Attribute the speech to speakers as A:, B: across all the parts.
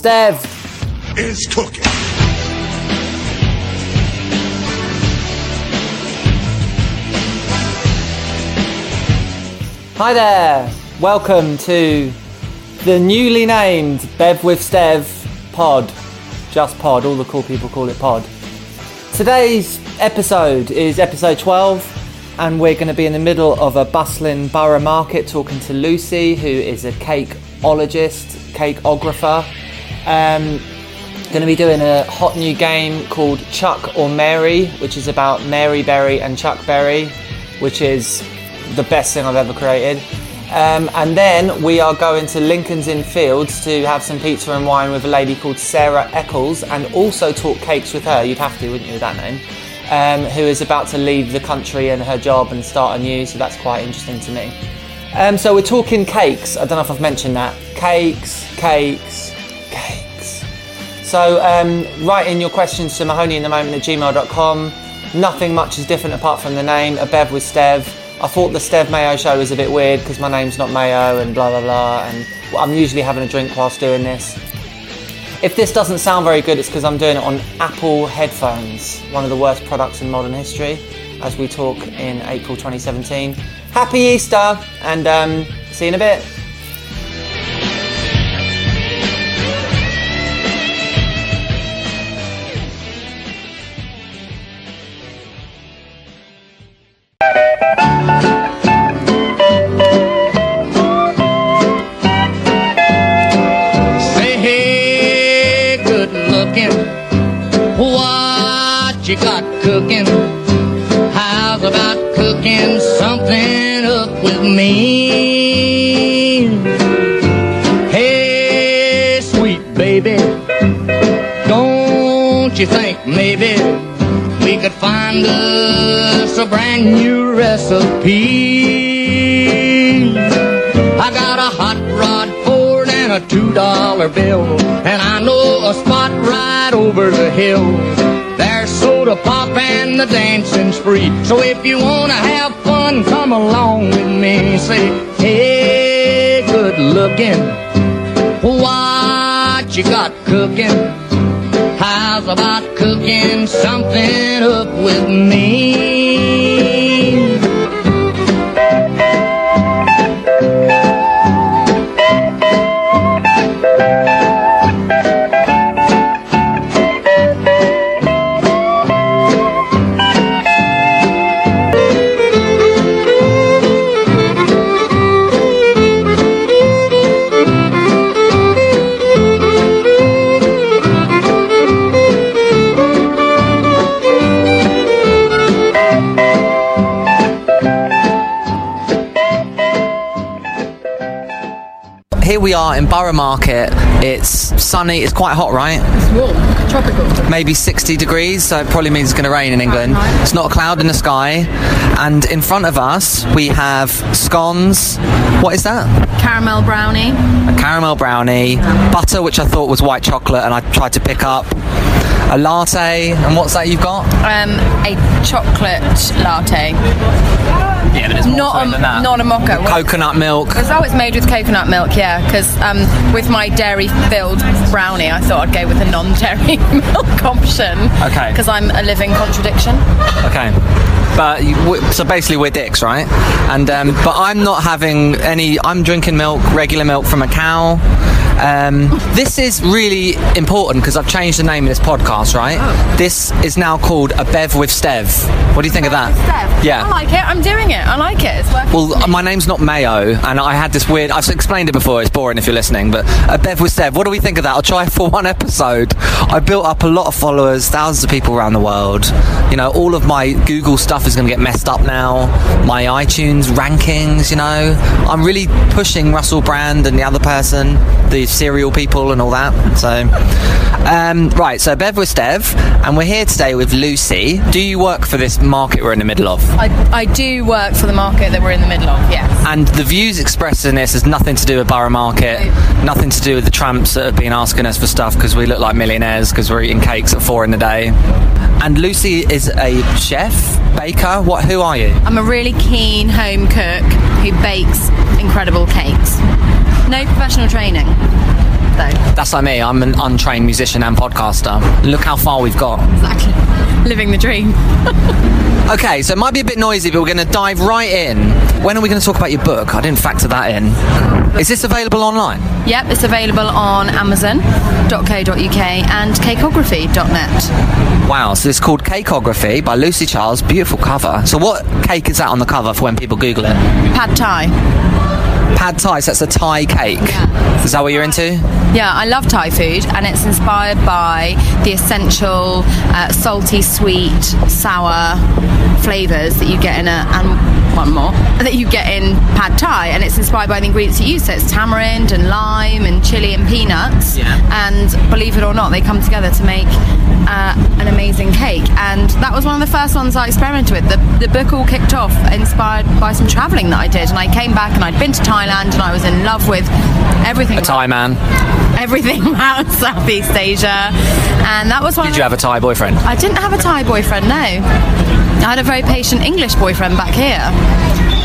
A: Stev.
B: is cooking.
A: Hi there. Welcome to the newly named Bev with Stev pod. Just pod, all the cool people call it pod. Today's episode is episode 12, and we're going to be in the middle of a bustling borough market talking to Lucy, who is a cakeologist, cakeographer. Um, going to be doing a hot new game called Chuck or Mary, which is about Mary Berry and Chuck Berry, which is the best thing I've ever created. Um, and then we are going to Lincoln's Inn Fields to have some pizza and wine with a lady called Sarah Eccles and also talk cakes with her. You'd have to, wouldn't you, with that name? Um, who is about to leave the country and her job and start anew, so that's quite interesting to me. Um, so we're talking cakes. I don't know if I've mentioned that. Cakes, cakes, cakes. So um, write in your questions to Mahoney in the moment at gmail.com. Nothing much is different apart from the name, a bev with Stev. I thought the Stev Mayo show was a bit weird because my name's not Mayo and blah blah blah, and I'm usually having a drink whilst doing this. If this doesn't sound very good, it's because I'm doing it on Apple headphones, one of the worst products in modern history, as we talk in April 2017. Happy Easter, and um, see you in a bit.
C: Say hey, good looking. What you got cooking? How's about cooking something up with me? Hey, sweet baby, don't you think maybe we could find us a brand new recipe? I got a hot rod Ford and a two dollar bill, and I know a spot right over the hill. There's soda pop and the dancing's free. So if you wanna have fun, come along with me. Say, hey, good looking, what you got cooking? How's about cooking something up with me?
A: Here we are in Borough Market. It's sunny. It's quite hot, right?
D: It's warm, tropical.
A: maybe 60 degrees, so it probably means it's going to rain in England. It's not a cloud in the sky. And in front of us, we have scones. What is that?
D: Caramel brownie.
A: A caramel brownie, butter, which I thought was white chocolate, and I tried to pick up. A latte, and what's that you've got?
D: Um, a chocolate latte.
A: Yeah, but it's
D: Not a, not a mocha. Well,
A: Coconut milk.
D: Because oh, it's made with coconut milk, yeah. Because um, with my dairy-filled brownie, I thought I'd go with a non-dairy milk option.
A: Okay. Ah.
D: Because I'm a living contradiction.
A: Okay. But you- w- so basically, we're dicks, right? And um, but I'm not having any. I'm drinking milk, regular milk from a cow. Um, this is really important because I've changed the name of this podcast, right? This is now called a Bev with Stev. What do you think of that? Yeah.
D: I like it. I'm doing it. I like it. It's working.
A: Well, my name's not Mayo, and I had this weird. I've explained it before. It's boring if you're listening, but uh, Bev with Stev. What do we think of that? I'll try it for one episode. I built up a lot of followers, thousands of people around the world. You know, all of my Google stuff is going to get messed up now. My iTunes rankings. You know, I'm really pushing Russell Brand and the other person, the serial people, and all that. So, um, right. So Bev with Stev, and we're here today with Lucy. Do you work for this market we're in the middle of?
D: I, I do work for the market that we're in the middle of. Yes.
A: And the views expressed in this has nothing to do with Borough Market, nothing to do with the tramps that have been asking us for stuff because we look like millionaires because we're eating cakes at four in the day. And Lucy is a chef, baker. What? Who are you?
D: I'm a really keen home cook who bakes incredible cakes. No professional training. though.
A: That's like me. I'm an untrained musician and podcaster. Look how far we've got.
D: Exactly. Living the dream.
A: Okay, so it might be a bit noisy, but we're going to dive right in. When are we going to talk about your book? I didn't factor that in. Is this available online?
D: Yep, it's available on Amazon.co.uk and cakeography.net.
A: Wow, so it's called Cakeography by Lucy Charles. Beautiful cover. So, what cake is that on the cover for when people Google it?
D: Pad Thai.
A: Pad Thai, so that's a Thai cake.
D: Yeah.
A: Is that what you're into?
D: Yeah, I love Thai food, and it's inspired by the essential uh, salty, sweet, sour flavors that you get in a and one more that you get in pad Thai, and it's inspired by the ingredients you use. So it's tamarind and lime and chili and peanuts.
A: Yeah.
D: And believe it or not, they come together to make. Uh, an amazing cake, and that was one of the first ones I experimented with. The, the book all kicked off inspired by some travelling that I did, and I came back and I'd been to Thailand, and I was in love with everything.
A: A Thai man.
D: everything around Southeast Asia, and that was one.
A: Did
D: of
A: you
D: the-
A: have a Thai boyfriend?
D: I didn't have a Thai boyfriend. No, I had a very patient English boyfriend back here.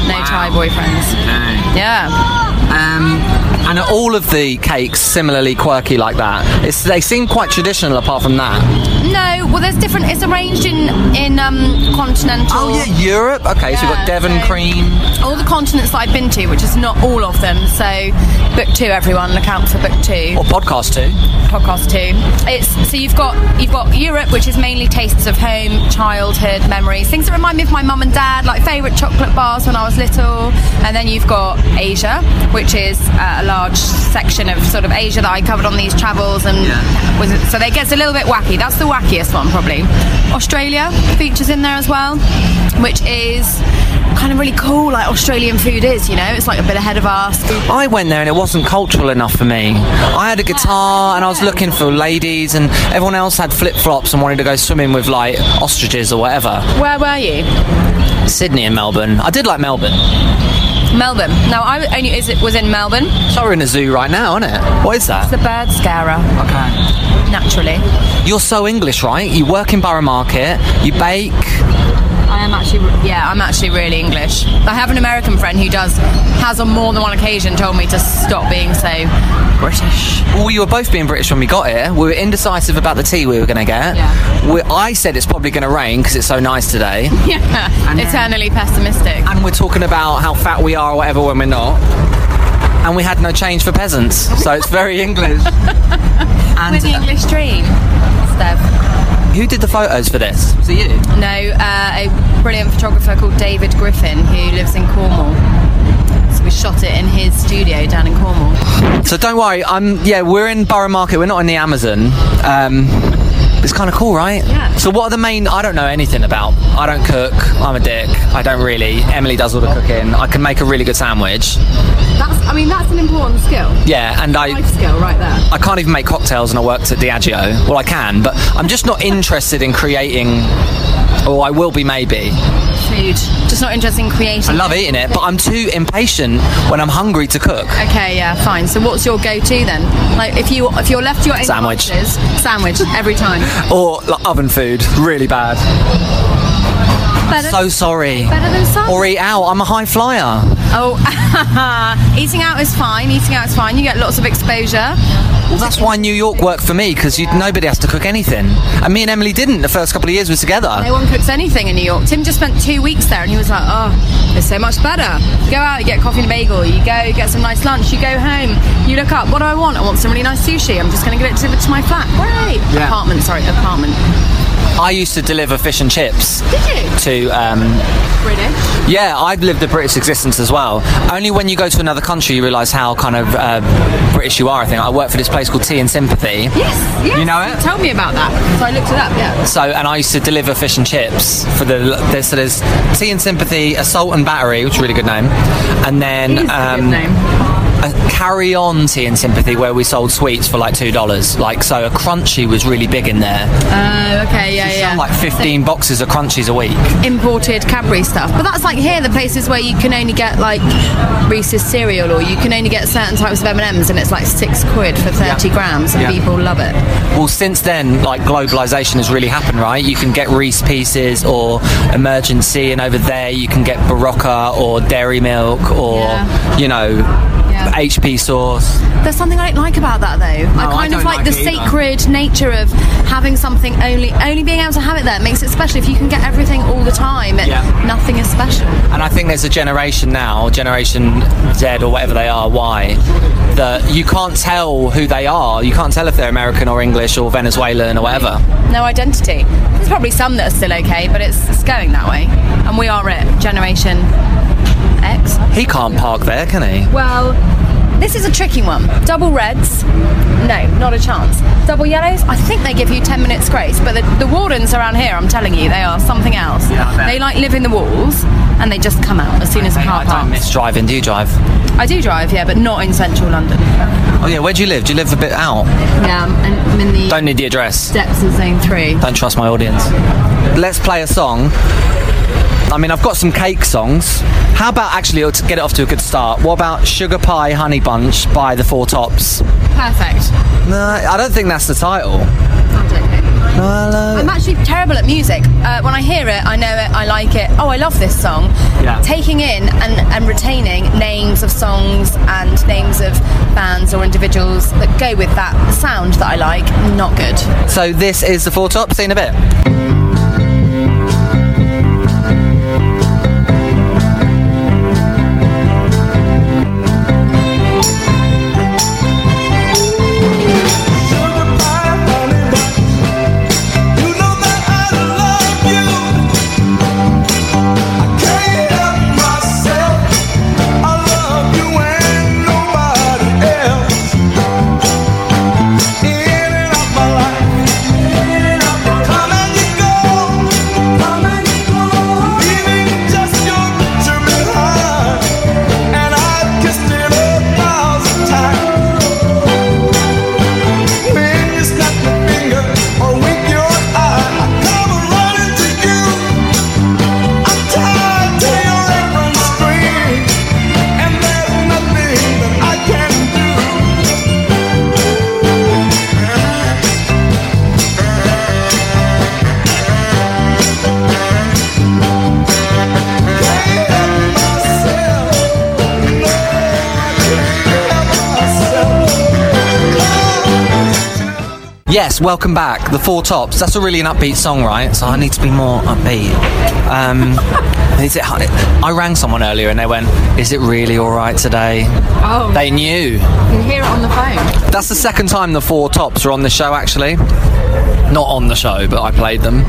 D: No Thai boyfriends. Yeah,
A: Um, and are all of the cakes similarly quirky like that? It's, they seem quite traditional apart from that.
D: no. Well, there's different. It's arranged in in um, continental.
A: Oh, Europe? Okay, so we've got
D: Yeah,
A: Devon
D: so-
A: cream.
D: All the continents that I've been to, which is not all of them. So, book two, everyone, look out for book two.
A: Or podcast too.
D: podcast too. It's so you've got you've got Europe, which is mainly tastes of home, childhood memories, things that remind me of my mum and dad, like favourite chocolate bars when I was little. And then you've got Asia, which is uh, a large section of sort of Asia that I covered on these travels, and was, so they gets a little bit wacky. That's the wackiest one probably. Australia features in there as well, which is kind of really cool, like Australian food is. You know, it's like a bit ahead of us.
A: I went there and it wasn't cultural enough for me. I had a guitar and I was looking for ladies, and everyone else had flip flops and wanted to go swimming with like ostriches or whatever.
D: Where were you?
A: Sydney and Melbourne. I did like Melbourne.
D: Melbourne. Now I only is it was in Melbourne.
A: So we're in a zoo right now, isn't it? What is that?
D: The bird scarer,
A: Okay.
D: naturally.
A: You're so English, right? You work in Borough Market, you bake.
D: I am actually, yeah, I'm actually really English. I have an American friend who does has on more than one occasion told me to stop being so British.
A: Well, we were both being British when we got here. We were indecisive about the tea we were going to get.
D: Yeah.
A: We, I said it's probably going to rain because it's so nice today.
D: Yeah, eternally pessimistic.
A: and we're talking about how fat we are or whatever when we're not. And we had no change for peasants, so it's very English.
D: With
A: uh,
D: the English dream, Steph.
A: Who did the photos for this? Was it you?
D: No, uh, a brilliant photographer called David Griffin who lives in Cornwall. So we shot it in his studio down in Cornwall.
A: So don't worry. I'm yeah. We're in Borough Market. We're not in the Amazon. Um, it's kind of cool, right?
D: Yeah.
A: So what are the main? I don't know anything about. I don't cook. I'm a dick. I don't really. Emily does all the cooking. I can make a really good sandwich.
D: That's, I mean, that's an important skill,
A: Yeah, and I.
D: skill right there.
A: I can't even make cocktails, and I worked at Diageo. Well, I can, but I'm just not interested in creating. Or I will be maybe.
D: food. Just not interested in creating.
A: I love eating it, but I'm too impatient when I'm hungry to cook.
D: Okay, yeah, fine. So what's your go-to then? Like if you if you're left to your own
A: Sandwich.
D: devices- sandwich every time.
A: Or like, oven food, really bad.
D: Better,
A: So sorry.
D: better than some.
A: Or eat out. I'm a high flyer.
D: oh, eating out is fine. Eating out is fine. You get lots of exposure.
A: Well, that's why New York worked for me because nobody has to cook anything. And me and Emily didn't the first couple of years we were together.
D: No one cooks anything in New York. Tim just spent two weeks there, and he was like, "Oh, it's so much better. You go out, you get coffee and a bagel. You go, you get some nice lunch. You go home. You look up. What do I want? I want some really nice sushi. I'm just going to give it delivered to my flat. Great.
A: Yeah.
D: Apartment. Sorry, apartment.
A: I used to deliver fish and chips
D: Did you?
A: to. Um,
D: British.
A: yeah, I've lived a British existence as well. Only when you go to another country you realise how kind of uh, British you are. I think I worked for this place called Tea and Sympathy.
D: Yes, yes.
A: You know it?
D: Tell me about that. So I looked it up. Yeah.
A: So, and I used to deliver fish and chips for the. There's, so there's Tea and Sympathy, Assault and Battery, which is a really good name, and
D: It is
A: then um,
D: a good name.
A: a Carry On Tea and Sympathy, where we sold sweets for like two dollars. Like, so a crunchy was really big in there.
D: Oh, okay. Yeah,
A: We
D: yeah.
A: sold like 15 boxes of crunchies a week.
D: Imported Cadbury stuff, but that's like here the places where you can only get like Reese's cereal, or you can only get certain types of M and M's, and it's like six quid for thirty grams, and
A: Yeah.
D: people love it.
A: Well, since then, like globalization has really happened, right? You can get Reese Pieces or Emergency, and over there you can get Barocca or Dairy Milk or
D: Yeah.
A: you know
D: Yeah.
A: HP sauce.
D: There's something I don't like about that though.
A: No, I
D: I kind
A: don't
D: of like,
A: like
D: the
A: it either.
D: sacred nature of having something only only being able to have it there makes it special. If you can get everything all the time, it,
A: Yeah.
D: nothing is special.
A: And I think there's a generation now, Generation Z or whatever they are, Y, that you can't tell who they are. You can't tell if they're American or English or Venezuelan or whatever.
D: No identity. There's probably some that are still okay, but it's, it's going that way. And we are at Generation X.
A: He can't park there, can he?
D: Well, this is a tricky one. Double reds, no, not a chance. Double yellows, I think they give you 10 minutes grace, but the, the wardens around here, I'm telling you, they are something else.
A: Yeah, I bet.
D: they like live in the walls and they just come out as soon as a car
A: I don't
D: parks.
A: miss driving. Do you drive?
D: I do drive, yeah, but not in central London.
A: Oh yeah. Where do you live? Do you live a bit out?
D: Yeah, I'm, I'm in the
A: Don't need the address.
D: depths of zone three.
A: Don't trust my audience. Let's play a song. I mean, I've got some cake songs. How about actually let's get it off to a good start? What about Sugar Pie Honey Bunch by the Four Tops?
D: Perfect.
A: No, I don't think that's the title.
D: I don't know.
A: No, I love-
D: I'm actually terrible at music. Uh, when I hear it, I know it, I like it. Oh, I love this song.
A: Yeah.
D: Taking in and, and retaining names of songs and names of bands or individuals that go with that sound that I like, not good.
A: So this is the four top. See you in a bit. Yes, welcome back. The Four Tops. That's a really an upbeat song, right? So I need to be more upbeat. Um, is it? I rang someone earlier and they went, "Is it really all right today?"
D: Oh,
A: They knew.
D: can hear it on the phone.
A: That's the second time the Four Tops are on the show, actually. Not on the show, but I played them.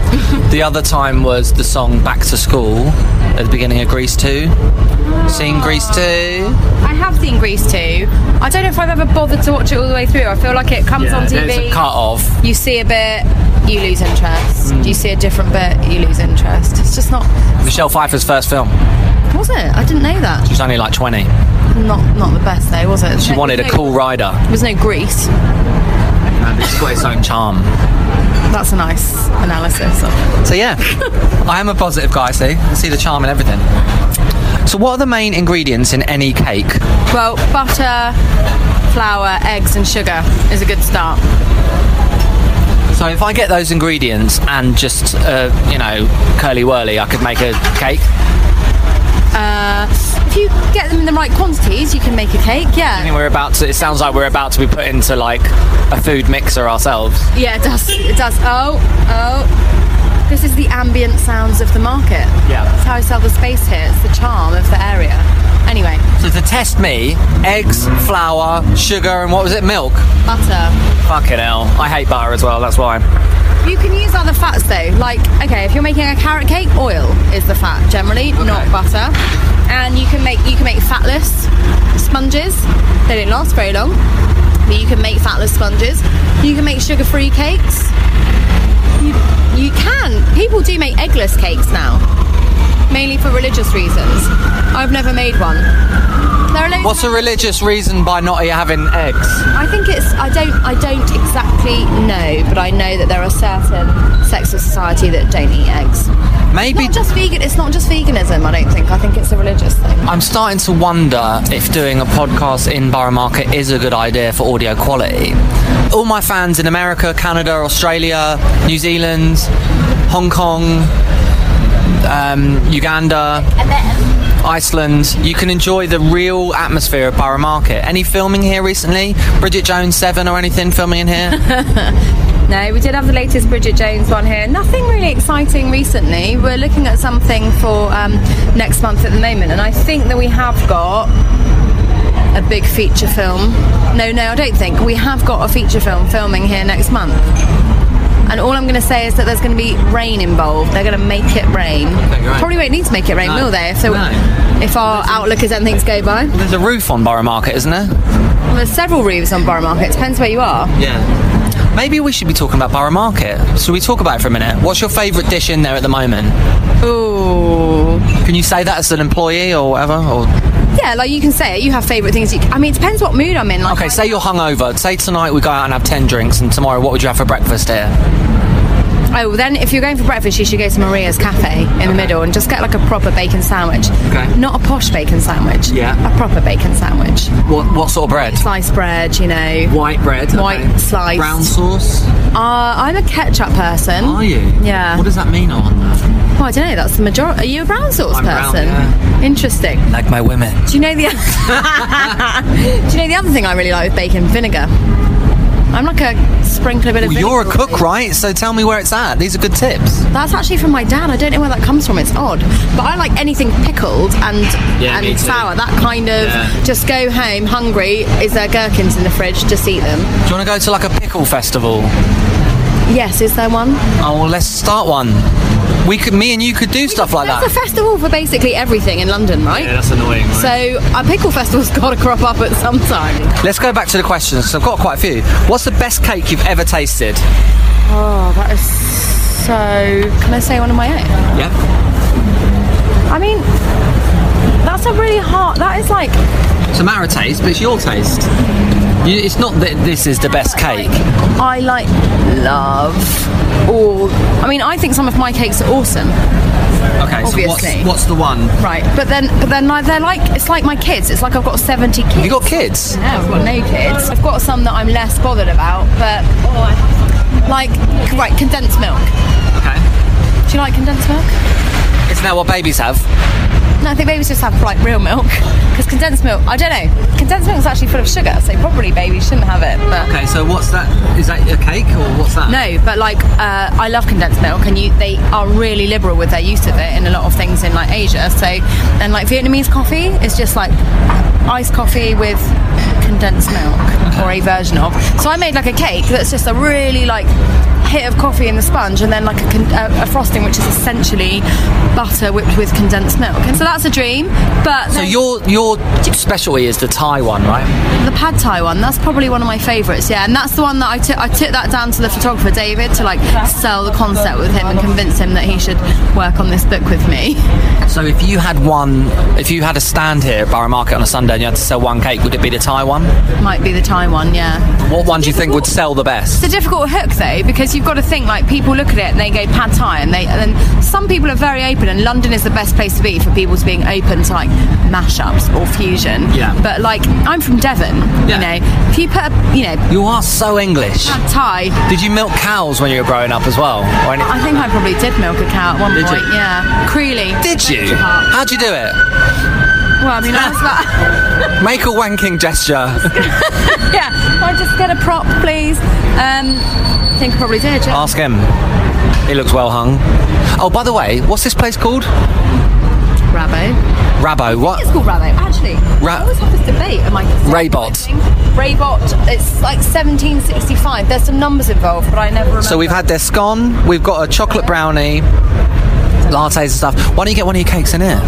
A: the other time was the song "Back to School" at the beginning of Grease Two. Seen Grease Two.
D: I have seen Grease too. I don't know if I've ever bothered to watch it all the way through. I feel like it comes on
A: There's a
D: TV.
A: cut Hmm. off.
D: you see a bit, you lose interest. You see a different bit, you lose interest. It's just not.
A: Michelle Pfeiffer's first film.
D: Was it? I didn't know that.
A: She's only like 20.
D: Not not the best though, was it?
A: She wanted a cool rider.
D: There was no grease.
A: And it's got its own charm.
D: That's a nice analysis. Of.
A: So yeah, I am a positive guy. See, I see the charm in everything. So what are the main ingredients in any cake?
D: Well, butter, flour, eggs, and sugar is a good start.
A: So if I get those ingredients and just uh, you know curly whirly, I could make a cake.
D: Uh, if you get them in the right quantities, you can make a cake.
A: I
D: Yeah,
A: think we're about to. It sounds like we're about to be put into like a food mixer ourselves.
D: yeah, it does. It does. Oh, oh. This is the ambient sounds of the market.
A: Yeah.
D: That's how I sell the space here. It's the charm of the area. Anyway,
A: So to test me, eggs, flour, sugar, and what was it? Milk.
D: butter.
A: Fucking hell! I hate butter as well. That's why.
D: You can use other fats though. Like, okay, if you're making a carrot cake, oil is the fat generally, not butter. And you can make you can make fatless sponges. They don't last very long, but you can make fatless sponges. You can make sugar-free cakes. You, you can. People do make eggless cakes now, mainly for religious reasons. I've never made one. There are loads
A: What's
D: of-
A: a religious reason by not having eggs?
D: I think it's I don't I don't exactly know, but I know that there are certain sects of society that don't eat eggs.
A: Maybe
D: Not just vegan. It's not just veganism. I don't think. I think it's a religious thing.
A: I'm starting to wonder if doing a podcast in Borough Market is a good idea for audio quality. All my fans in America, Canada, Australia, New Zealand, Hong Kong, um, Uganda, Iceland. You can enjoy the real atmosphere of Borough Market. Any filming here recently? Bridget Jones 7 or anything filming in here?
D: No, we did have the latest Bridget Jones one here. Nothing really exciting recently. We're looking at something for um, next month at the moment, and I think that we have got a big feature film. No, no, I don't think we have got a feature film filming here next month. And all I'm going to say is that there's going to be rain involved. They're going to make it rain.
A: right.
D: Probably won't need to make it rain,
A: No.
D: will they? If, they-
A: No.
D: if our outlook is anything to go by.
A: There's a roof on Borough Market, isn't there?
D: Well, there's several roofs on Borough Market. Depends where you are.
A: Yeah. Maybe we should be talking about Borough Market. Should we talk about it for a minute? What's your favourite dish in there at the moment?
D: Ooh.
A: Can you say that as an employee or whatever? Or
D: Yeah, like you can say it. You have favourite things. You, I mean, it depends what mood I'm in. Like,
A: okay, say you're hungover. Say tonight we go out and have ten drinks, and tomorrow what would you have for breakfast here?
D: oh, well, then if you're going for breakfast, you should go to Maria's Cafe in the middle and just get like a proper bacon sandwich.
A: Okay.
D: Not a posh bacon sandwich.
A: Yeah.
D: A proper bacon sandwich.
A: What what sort of bread?
D: Sliced bread, you know.
A: White bread.
D: White sliced.
A: Brown sauce.
D: Uh, I'm a ketchup person.
A: Are you?
D: Yeah.
A: What does that mean on that?
D: Well, I don't know. That's the majority. Are you a brown sauce
A: I'm brown,
D: person?
A: yeah.
D: Interesting.
A: Like my women.
D: Do you know the? Do you know the other thing I really like with bacon? Vinegar. I'm like a sprinkle a bit of.
A: Well,
D: vinegar
A: you're a
D: on
A: cook,
D: things.
A: right? So tell me where it's at. These are good tips.
D: That's actually from my dad. I don't know where that comes from. It's odd, but I like anything pickled and
A: Yeah, me
D: and
A: too.
D: sour. That kind of
A: Yeah.
D: just go home hungry. Is there gherkins in the fridge? Just eat them.
A: Do you want to go to like a pickle festival?
D: Yes, is there one?
A: Oh, well, let's start one. We could, me and you could do stuff like
D: There's
A: that.
D: a festival for basically everything in London, right?
A: that's annoying.
D: so a pickle festival's got to crop up at some time.
A: Let's go back to the questions 'cause I've got quite a few. What's the best cake you've ever tasted?
D: Oh, that is so. Can I say one of my own?
A: Yeah.
D: I mean, that's a really hard. That is like
A: It's a matter of taste, but it's your taste. You, it's not that this is the best cake.
D: I like love all. I mean, I think some of my cakes are awesome.
A: Okay, so
D: Obviously.
A: what's, what's the one? Have
D: Right, but then, but then like, they're like it's like my kids. It's like I've got seventy kids.
A: you got kids?
D: No, I've got no kids. I've got some that I'm less bothered about, but like right, condensed milk.
A: Okay.
D: Do you like condensed milk?
A: Isn't that what babies have?
D: No, I think babies just have like real milk because condensed milk. I don't know. Condensed milk is actually full of sugar, so probably babies shouldn't have it. But
A: Okay, so what's that? Is that a cake or what's that?
D: No, but like uh, I love condensed milk, and you, they are really liberal with their use of it in a lot of things in like Asia. So, and like Vietnamese coffee is just like iced coffee with condensed milk or a version of. So I made like a cake that's just a really like hit of coffee in the sponge, and then like a, con- uh, a, a frosting which is essentially butter whipped with condensed milk. And so that's a dream. But
A: So
D: then-
A: your your specialty is the Thai one, right?
D: the pad thai one that's probably one of my favorites yeah and that's the one that i took i took that down to the photographer david to like sell the concept with him and convince him that he should work on this book with me
A: So if you had one, if you had a stand here at Borough Market on a Sunday and you had to sell one cake, would it be the Thai one?
D: might be the thai one yeah
A: What one do you think would sell the best?
D: it's a difficult hook though because you've got to think like people look at it and they go pad thai and they and then some people are very open and london is the best place to be for people to being open to like mashups or fusion
A: Yeah.
D: but like i'm from devon
A: Yeah.
D: you know if you put a, you know
A: You are so English.
D: pad thai
A: Did you milk cows when you were growing up as well? Or any-
D: I think I probably did milk a cow at one
A: Did you?
D: point. Yeah, Creeley.
A: Did you?
D: Central Park.
A: How'd you do it?
D: Well, I mean, I was like,
A: Make a wanking gesture.
D: yeah. Can I just get a prop, please? Um, I think I probably did. Yeah.
A: Ask him. He looks well hung. Oh, by the way, what's this place called?
D: Rabbo.
A: Rabo.
D: It's
A: What?
D: called Rabbo. Actually,
A: Oh. Ra-
D: I always have this debate. Am I
A: Raybot.
D: Raybot. It's like 1765. There's some numbers involved, but I never remember.
A: So we've had their scone. We've got a chocolate brownie, lattes and stuff. Why don't you get one of your cakes in here?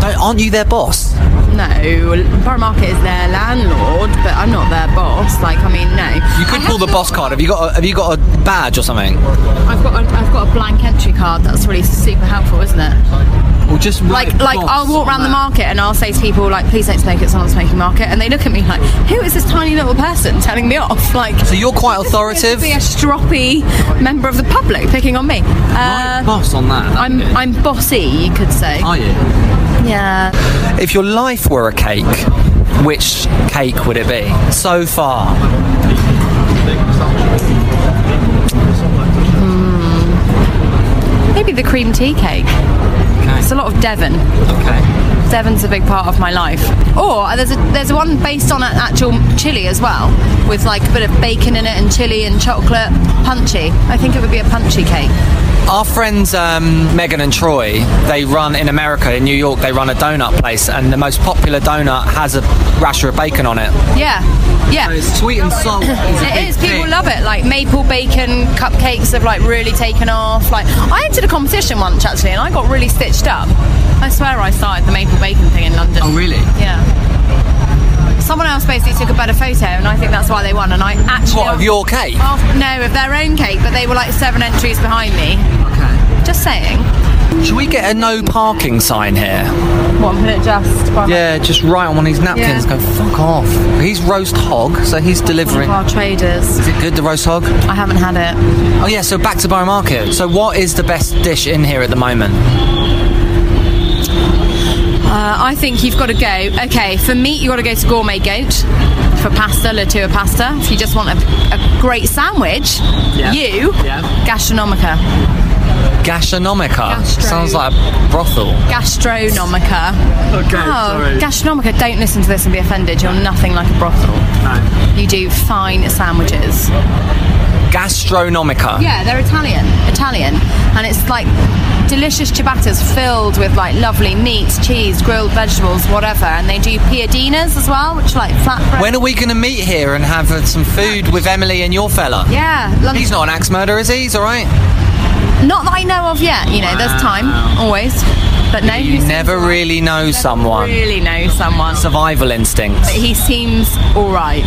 A: Don't, aren't you their boss?
D: no. Borough Market is their landlord, but I'm not their boss. Like, I mean, no.
A: You could pull the boss card. Have you got? A, have you got a badge or something?
D: I've got. A, I've got a blank entry card. That's really super helpful, isn't it?
A: Or just
D: like like I'll walk around the market and I'll say to people like please don't smoke at someone's smoking market and they look at me like who is this tiny little person telling me off like
A: So you're quite authoritative.
D: be a stroppy member of the public picking on me
A: Right
D: uh,
A: boss on that.
D: I'm I'm bossy you could say
A: Are you?
D: yeah
A: If your life were a cake, which cake would it be? So far.
D: maybe the cream tea cake
A: Okay.
D: it's a lot of Devon
A: okay.
D: Devon's a big part of my life. Or uh, there's a, there's one based on an actual chili as well, with like a bit of bacon in it and chili and chocolate. Punchy. I think it would be a punchy cake.
A: Our friends um, Megan and Troy, they run in America, in New York, they run a donut place, and the most popular donut has a rasher of bacon on it.
D: Yeah, yeah.
A: It's sweet and salt.
D: It is. People love it. Like maple bacon cupcakes have like really taken off. Like I entered a competition once actually, and I got really stitched up. I swear I started the maple bacon thing in London.
A: Oh, really?
D: Yeah. Someone else basically took a better photo, and I think that's why they won. And I actually
A: What, of your cake?
D: Af- no, of their own cake, but they were like seven entries behind me. Okay. Just saying.
A: Should we get a no parking sign here?
D: One minute, just. by my-
A: Yeah, just right on one of these napkins.
D: Yeah.
A: Go fuck off. He's roast hog, so he's
D: One of
A: delivering.
D: our traders.
A: Is it good the roast hog?
D: I haven't had it.
A: Oh yeah. So back to Borough Market. So what is the best dish in here at the moment?
D: Uh, I think you've got to go. Okay, for meat, you've got to go to Gourmet Goat. For pasta, La Tua Pasta. If you just want a, a great sandwich,
A: Yeah.
D: you,
A: Yeah.
D: Gastronomica.
A: Gastronomica.
D: Gastro-
A: Sounds like a brothel.
D: Gastronomica.
A: Okay.
D: Oh, Gastronomica, don't listen to this and be offended. You're nothing like a brothel. You do fine sandwiches.
A: Gastronomica.
D: Yeah, they're Italian. Italian. And it's like delicious ciabattas filled with like lovely meats, cheese, grilled vegetables, whatever. And they do piadinas as well, which are like flatbread.
A: When are we going to meet here and have uh, some food with Emily and your fella?
D: yeah, London.
A: He's not an axe murderer, is he? He's all right.
D: Not that I know of yet. You know, there's time always, but no,
A: You
D: he seems
A: never
D: alright.
A: really know someone.
D: Really know someone.
A: Survival instincts.
D: He seems all right.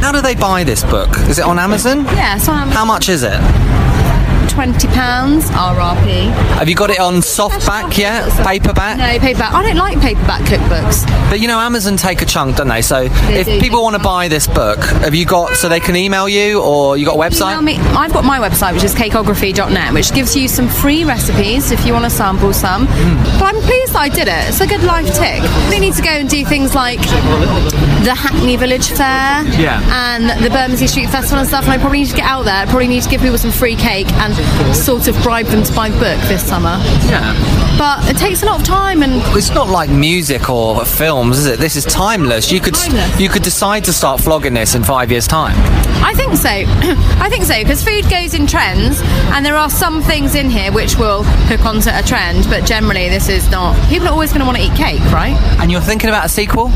A: How do they buy this book? Is it on Amazon?
D: Yeah, so I'm
A: How much is it?
D: twenty pounds RRP.
A: Have you got it on softback yet? Paperback?
D: No paperback. I don't like paperback cookbooks.
A: But you know, Amazon take a chunk, don't they? So if
D: do,
A: people
D: yeah.
A: want to buy this book, have you got so they can email you or you got a
D: Email
A: website?
D: me. I've got my website, which is cakeography.net, which gives you some free recipes if you want to sample some. But I'm pleased that I did it. It's a good life tick. We need to go and do things like the Hackney Village Fair
A: Yeah.
D: and the Bermondsey Street Festival and stuff. And I probably need to get out there. I probably need to give people some free cake and sort of bribe them to buy the book this summer.
A: Yeah.
D: But it takes a lot of time and
A: It's not like music or films, is it? This is timeless. You could
D: Timeless.
A: you could decide to start flogging this in five years' time.
D: I think so. I think so because food goes in trends, and there are some things in here which will hook onto a trend. But generally, this is not. People are always going to want to eat cake, right?
A: And you're thinking about a sequel?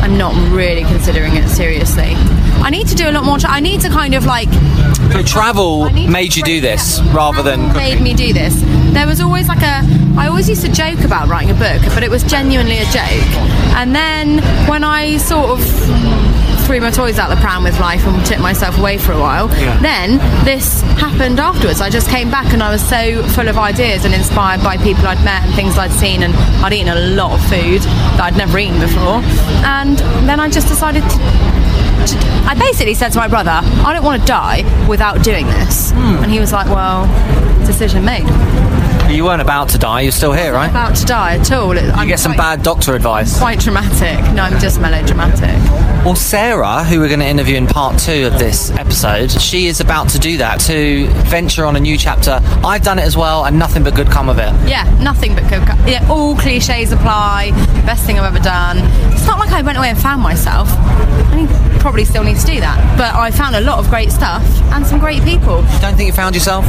D: I'm not really considering it seriously. I need to do a lot more. Tra- I need to kind of like
A: So travel
D: I need to
A: made you do
D: break-
A: this
D: yeah,
A: rather than
D: travel made me do this. There was always like a. I always used to joke about writing a book, but it was genuinely a joke. And then when I sort of threw my toys out the pram with life and took myself away for a while, then this happened afterwards. I just came back and I was so full of ideas and inspired by people I'd met and things I'd seen, and I'd eaten a lot of food that I'd never eaten before. And then I just decided to I basically said to my brother, I don't want to die without doing this.
A: Hmm.
D: And he was like, Well, decision made.
A: you weren't about to die. You're still here, right?
D: About to die at all. You
A: You get some bad doctor advice.
D: Quite dramatic. No, I'm just melodramatic.
A: Well, Sarah, who we're going to interview in part two of this episode, she is about to do that to venture on a new chapter. I've done it as well, and nothing but good come of it.
D: Yeah, nothing but coca. Yeah, all cliches apply. Best thing I've ever done. It's not like I went away and found myself. I mean, probably still need to do that. But I found a lot of great stuff and some great people.
A: Don't think you found yourself?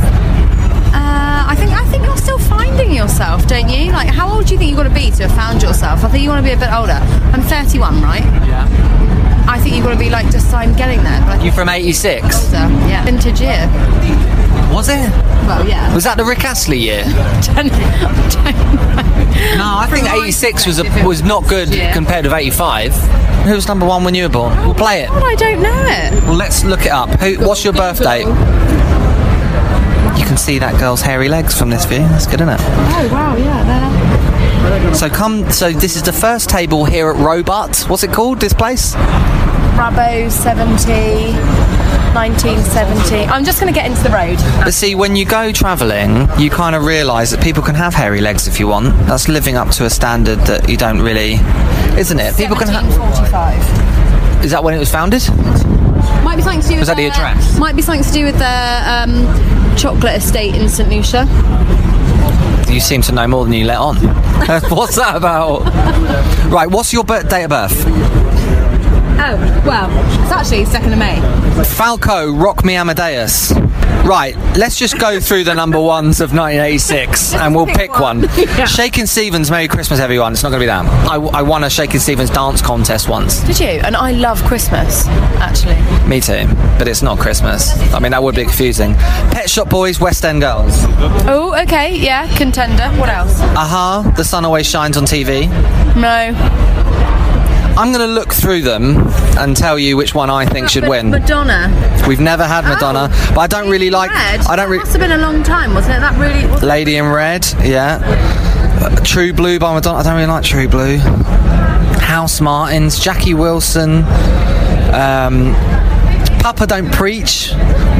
D: Uh, I think I think you're still finding yourself, don't you? Like, how old do you think you've got to be to have found yourself? I think you want to be a bit older. I'm 31, right?
A: Yeah.
D: I think you've got to be like just I'm getting there. But I
A: You
D: think
A: from '86?
D: older, yeah, vintage year.
A: Was it?
D: Well, yeah.
A: Was that the Rick Astley year?
D: Don't- don't know.
A: No, I think
D: From my
A: '86 was a,
D: perspective, it
A: was not good
D: yeah.
A: compared with '85. Who was number one when you were born? We'll play it.
D: God, I don't know it.
A: Well, let's look it up. Who? What's your birth date? You can see that girl's hairy legs from this view. That's good, isn't it?
D: Oh wow, yeah, there.
A: So come. So this is the first table here at Robot. What's it called? This place?
D: Rabo 70, 1970. I'm just gonna get into the road.
A: But see, when you go travelling, you kind of realise that people can have hairy legs if you want. That's living up to a standard that you don't really, isn't it? People can. Ha-
D: 1945.
A: is that when it was founded?
D: Might be something to do. With
A: Was that the
D: their-
A: address?
D: Might be something to do with the um, chocolate estate in St Lucia.
A: you seem to know more than you let on. what's that about? Right, what's your birth, date of birth?
D: Oh, well, it's actually 2nd of May.
A: Falco, Rock Me Amadeus. Right, let's just go through the number ones of 1986 and we'll
D: pick
A: pick
D: one.
A: one.
D: Yeah.
A: Shaking Stevens, Merry Christmas, everyone. It's not going to be that. I, I won a Shaking Stevens dance contest once.
D: Did you? And I love Christmas, actually.
A: Me too, but it's not Christmas. I mean, that would be confusing. Pet Shop Boys, West End Girls.
D: Oh, okay, yeah, contender. What else?
A: Aha, The Sun Always Shines on TV.
D: No.
A: I'm going to look through them and tell you which one I think should win.
D: Madonna.
A: We've never had Madonna,
D: Oh,
A: but I don't really like. I don't really.
D: have been a long time, wasn't it? That really.
A: Lady in Red, yeah. Uh, True Blue by Madonna. I don't really like True Blue. House Martins, Jackie Wilson. Um, Papa Don't Preach.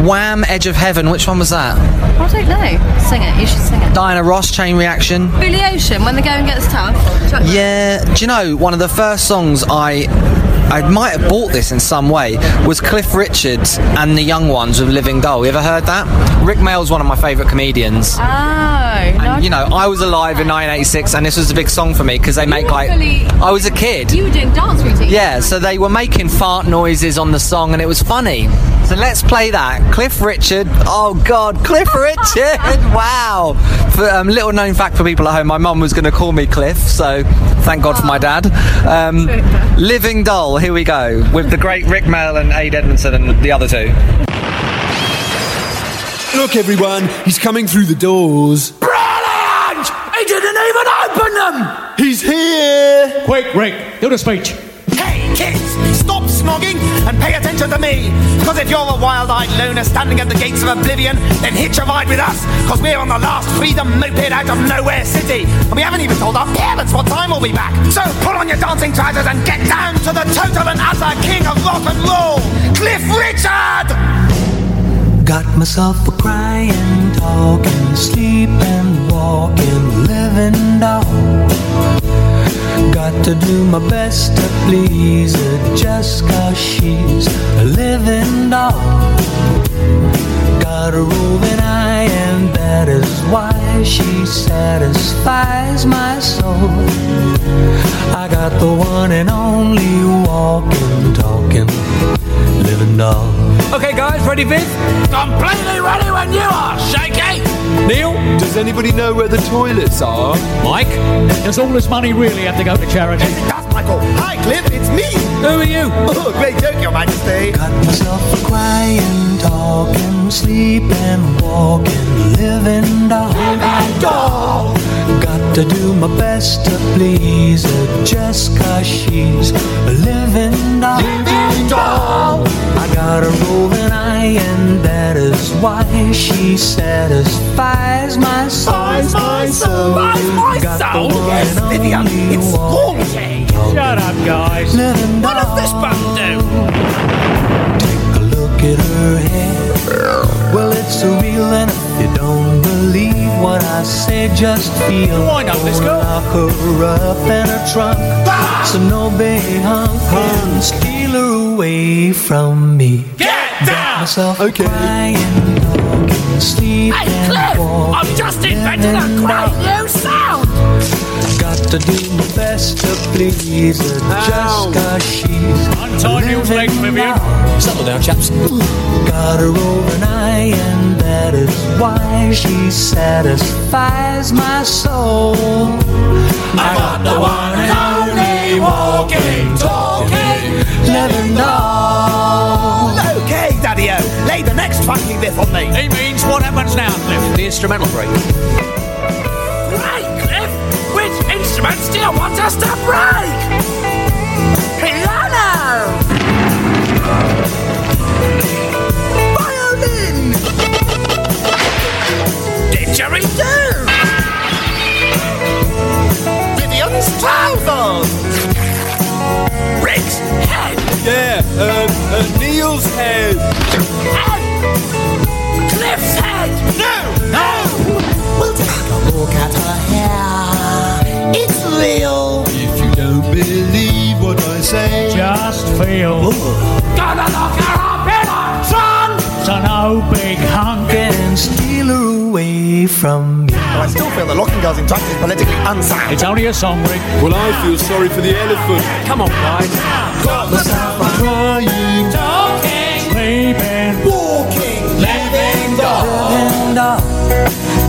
A: Wham, Edge of Heaven. Which one was that?
D: I don't know. Sing it. You should sing it.
A: Diana Ross, Chain Reaction.
D: Billy Ocean. When the going gets tough.
A: Yeah, do you know one of the first songs I I might have bought this in some way was Cliff Richards and the Young Ones with Living Doll. You ever heard that? Rick Mail's one of my favourite comedians.
D: Oh, no.
A: And, you know, I was alive in 1986, and this was a big song for me because they make
D: were
A: like
D: fully-
A: I was a kid.
D: You were doing dance routines.
A: Yeah, so they were making fart noises on the song, and it was funny. So let's play that. Cliff Richard. Oh God, Cliff Richard! Wow. For, um, little known fact for people at home, my mum was going to call me Cliff, so thank God for my dad. Um, Living Doll. Here we go with the great Rick Mail and Aid Edmondson and the other two.
E: Look, everyone, he's coming through the doors.
F: Brilliant! He didn't even open them!
E: He's here!
B: Quick, Rick, do the speech.
F: Hey, kids, stop smogging and pay attention to me. Because if you're a wild eyed loner standing at the gates of oblivion, then hitch a ride with us. Because we're on the last freedom moped out of nowhere city. And we haven't even told our parents what time we'll be back. So pull on your dancing trousers and get down to the total and utter king of rock and roll, Cliff Richard!
G: Got myself a crying, talking, sleeping, walking, living doll. Got to do my best to please her just cause she's a living doll. Got a roving eye, and that is why she satisfies my soul. I got the one and only walking, talking, living doll.
H: Okay, guys, ready, Viv?
F: Completely ready when you are, Shaky!
E: Neil, does anybody know where the toilets are?
B: Mike, does all this money really have to go to charity?
F: That's Michael. Hi, Cliff, it's me!
H: Who are you?
F: Oh, great joke, Your Majesty.
G: Got myself a crying, talking, sleeping, walking, living doll. Got to do my best to please her just cause she's a living doll. I got a roving eye, and that is why she satisfies my soul.
F: My
G: Got the
F: soul,
G: one
F: yes,
G: and
F: Vivian,
G: only
F: it's
G: one
F: gorgeous.
B: Shut up, guys.
G: living
F: What does
G: doll.
F: this button do?
G: A look at her hair. Well, it's a real and if you don't believe what I say, just feel.
B: Oh, I know this girl.
G: Lock her up in her trunk. So no big hunk can steal her away from me.
F: Get down!
G: Myself
E: Okay.
G: crying, talking, sleeping,
F: Hey, Cliff!
G: walking,
F: I've just invented a
G: living
F: great new sound!
G: Got to do my best to please her just cause she's
B: Untie Neil's legs,
G: living
B: Vivian.
G: now. Got her over an eye and that is why she satisfies my soul I got the one and only walking, talking, living doll
F: Okay, Daddy O, lay the next funky riff on me.
B: He means what happens now, Cliff. The instrumental break.
F: Break, Cliff! Which instruments do you want us to break? Piano! Violin! Didgeridoo! Vivian's trousers! Rick's head!
E: Yeah, um, uh, Neil's head.
F: And Cliff's head! No! No! We'll take a look at her hair. It's real.
E: If you don't believe what I say,
B: Just feel
F: Gonna lock her up in her son!
B: it's an old big hunk.
G: Can steal her away from me
F: I still feel that Locking Girls in Trust is politically unsound.
B: It's only a song, Rick.
E: Well, I feel sorry for the elephant.
B: Come on, guys.
F: Got myself a crying,
B: Talking, baby.
F: walking, living dog.
G: and all.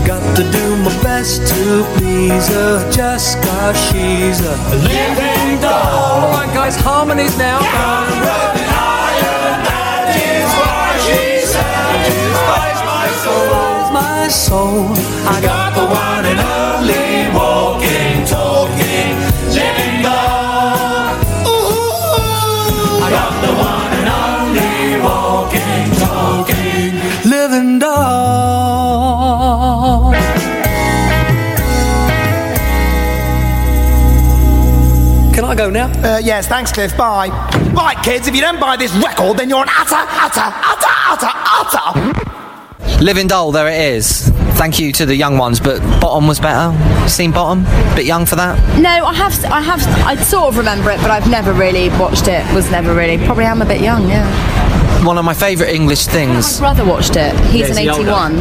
G: Got to do my best to please her just cause she's a
B: Living
H: All right, guys, harmonies now.
G: is my soul. I got the one and only walking, talking, living dog. Ooh, I got the one and only walking, talking, living dog. Can I go now?
F: Uh, yes, thanks, Cliff. Bye. Right, kids, if you don't buy this record, then you're an utter, utter, utter, utter, utter.
A: Living Doll, there it is. Thank you to the young ones, but Bottom was better. Seen Bottom? Bit young for that.
D: No, I have, I have, I sort of remember it, but I've never really watched it. Was never really. Probably am a bit young. Yeah.
A: One of my favourite English
D: My
A: things.
D: brother watched it. He's an eighty-one.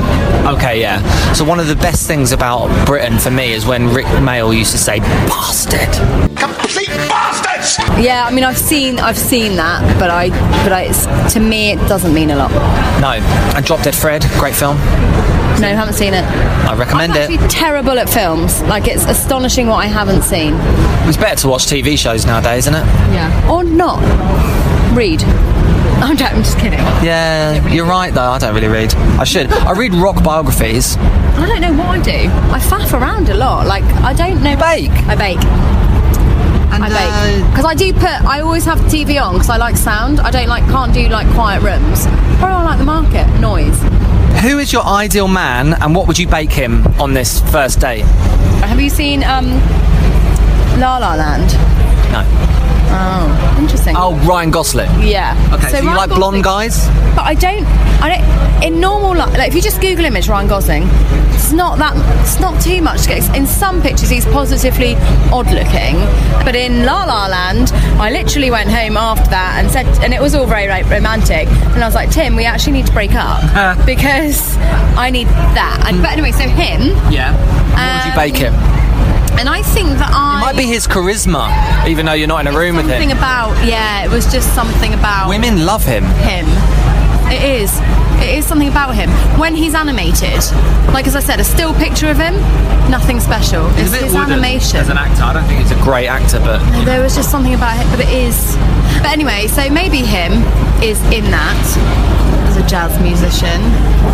A: Okay, yeah. So one of the best things about Britain for me is when Rick Mail used to say "bastard."
F: Complete bastards!
D: Yeah, I mean, I've seen, I've seen that, but I, but I, it's, to me, it doesn't mean a lot.
A: No, and Drop Dead Fred, great film.
D: No, I haven't seen it.
A: I recommend
D: I'm
A: it.
D: actually terrible at films. Like it's astonishing what I haven't seen.
A: It's better to watch TV shows nowadays, isn't it?
D: Yeah. Or not. Read. I'm, j- I'm just kidding. I
A: Yeah, you're right though. I don't really read. I should. I read rock biographies.
D: don't know what I do. I faff around a lot. Like I don't know.
A: Bake. uh,
D: I bake. I bake because I do put. I always have TV on because I like sound. I don't like can't do like quiet rooms. Or I like the market noise.
A: Who is your ideal man, and what would you bake him on this first date?
D: Have you seen um, La La Land?
A: No.
D: Oh, interesting.
A: Oh, Ryan Gosling.
D: yeah.
A: Okay, so, you
D: Ryan
A: like
D: Gosling-
A: blonde guys?
D: But I don't. I don't. In normal life, like if you just Google image Ryan Gosling, it's not that. It's not too much to get. In some pictures, he's positively odd looking. But in La La Land, I literally went home after that and said, and it was all very like, romantic. And I was like, Tim, we actually need to break up because I need that. And, but anyway, so him,
A: Yeah. What would you
D: Um,
A: bake him?
D: and I think that I
A: Might be his charisma, even though you're not in a room with
D: something
A: him.
D: about. Yeah, it was just something about
A: Women love him.
D: him. It is. It is something about him. When he's animated, like as I said, a still picture of him, nothing special. It's his animation.
A: actor, I don't think he's a great actor, but
D: There was just something about it, but it is. But anyway, so maybe him is in that as a jazz musician,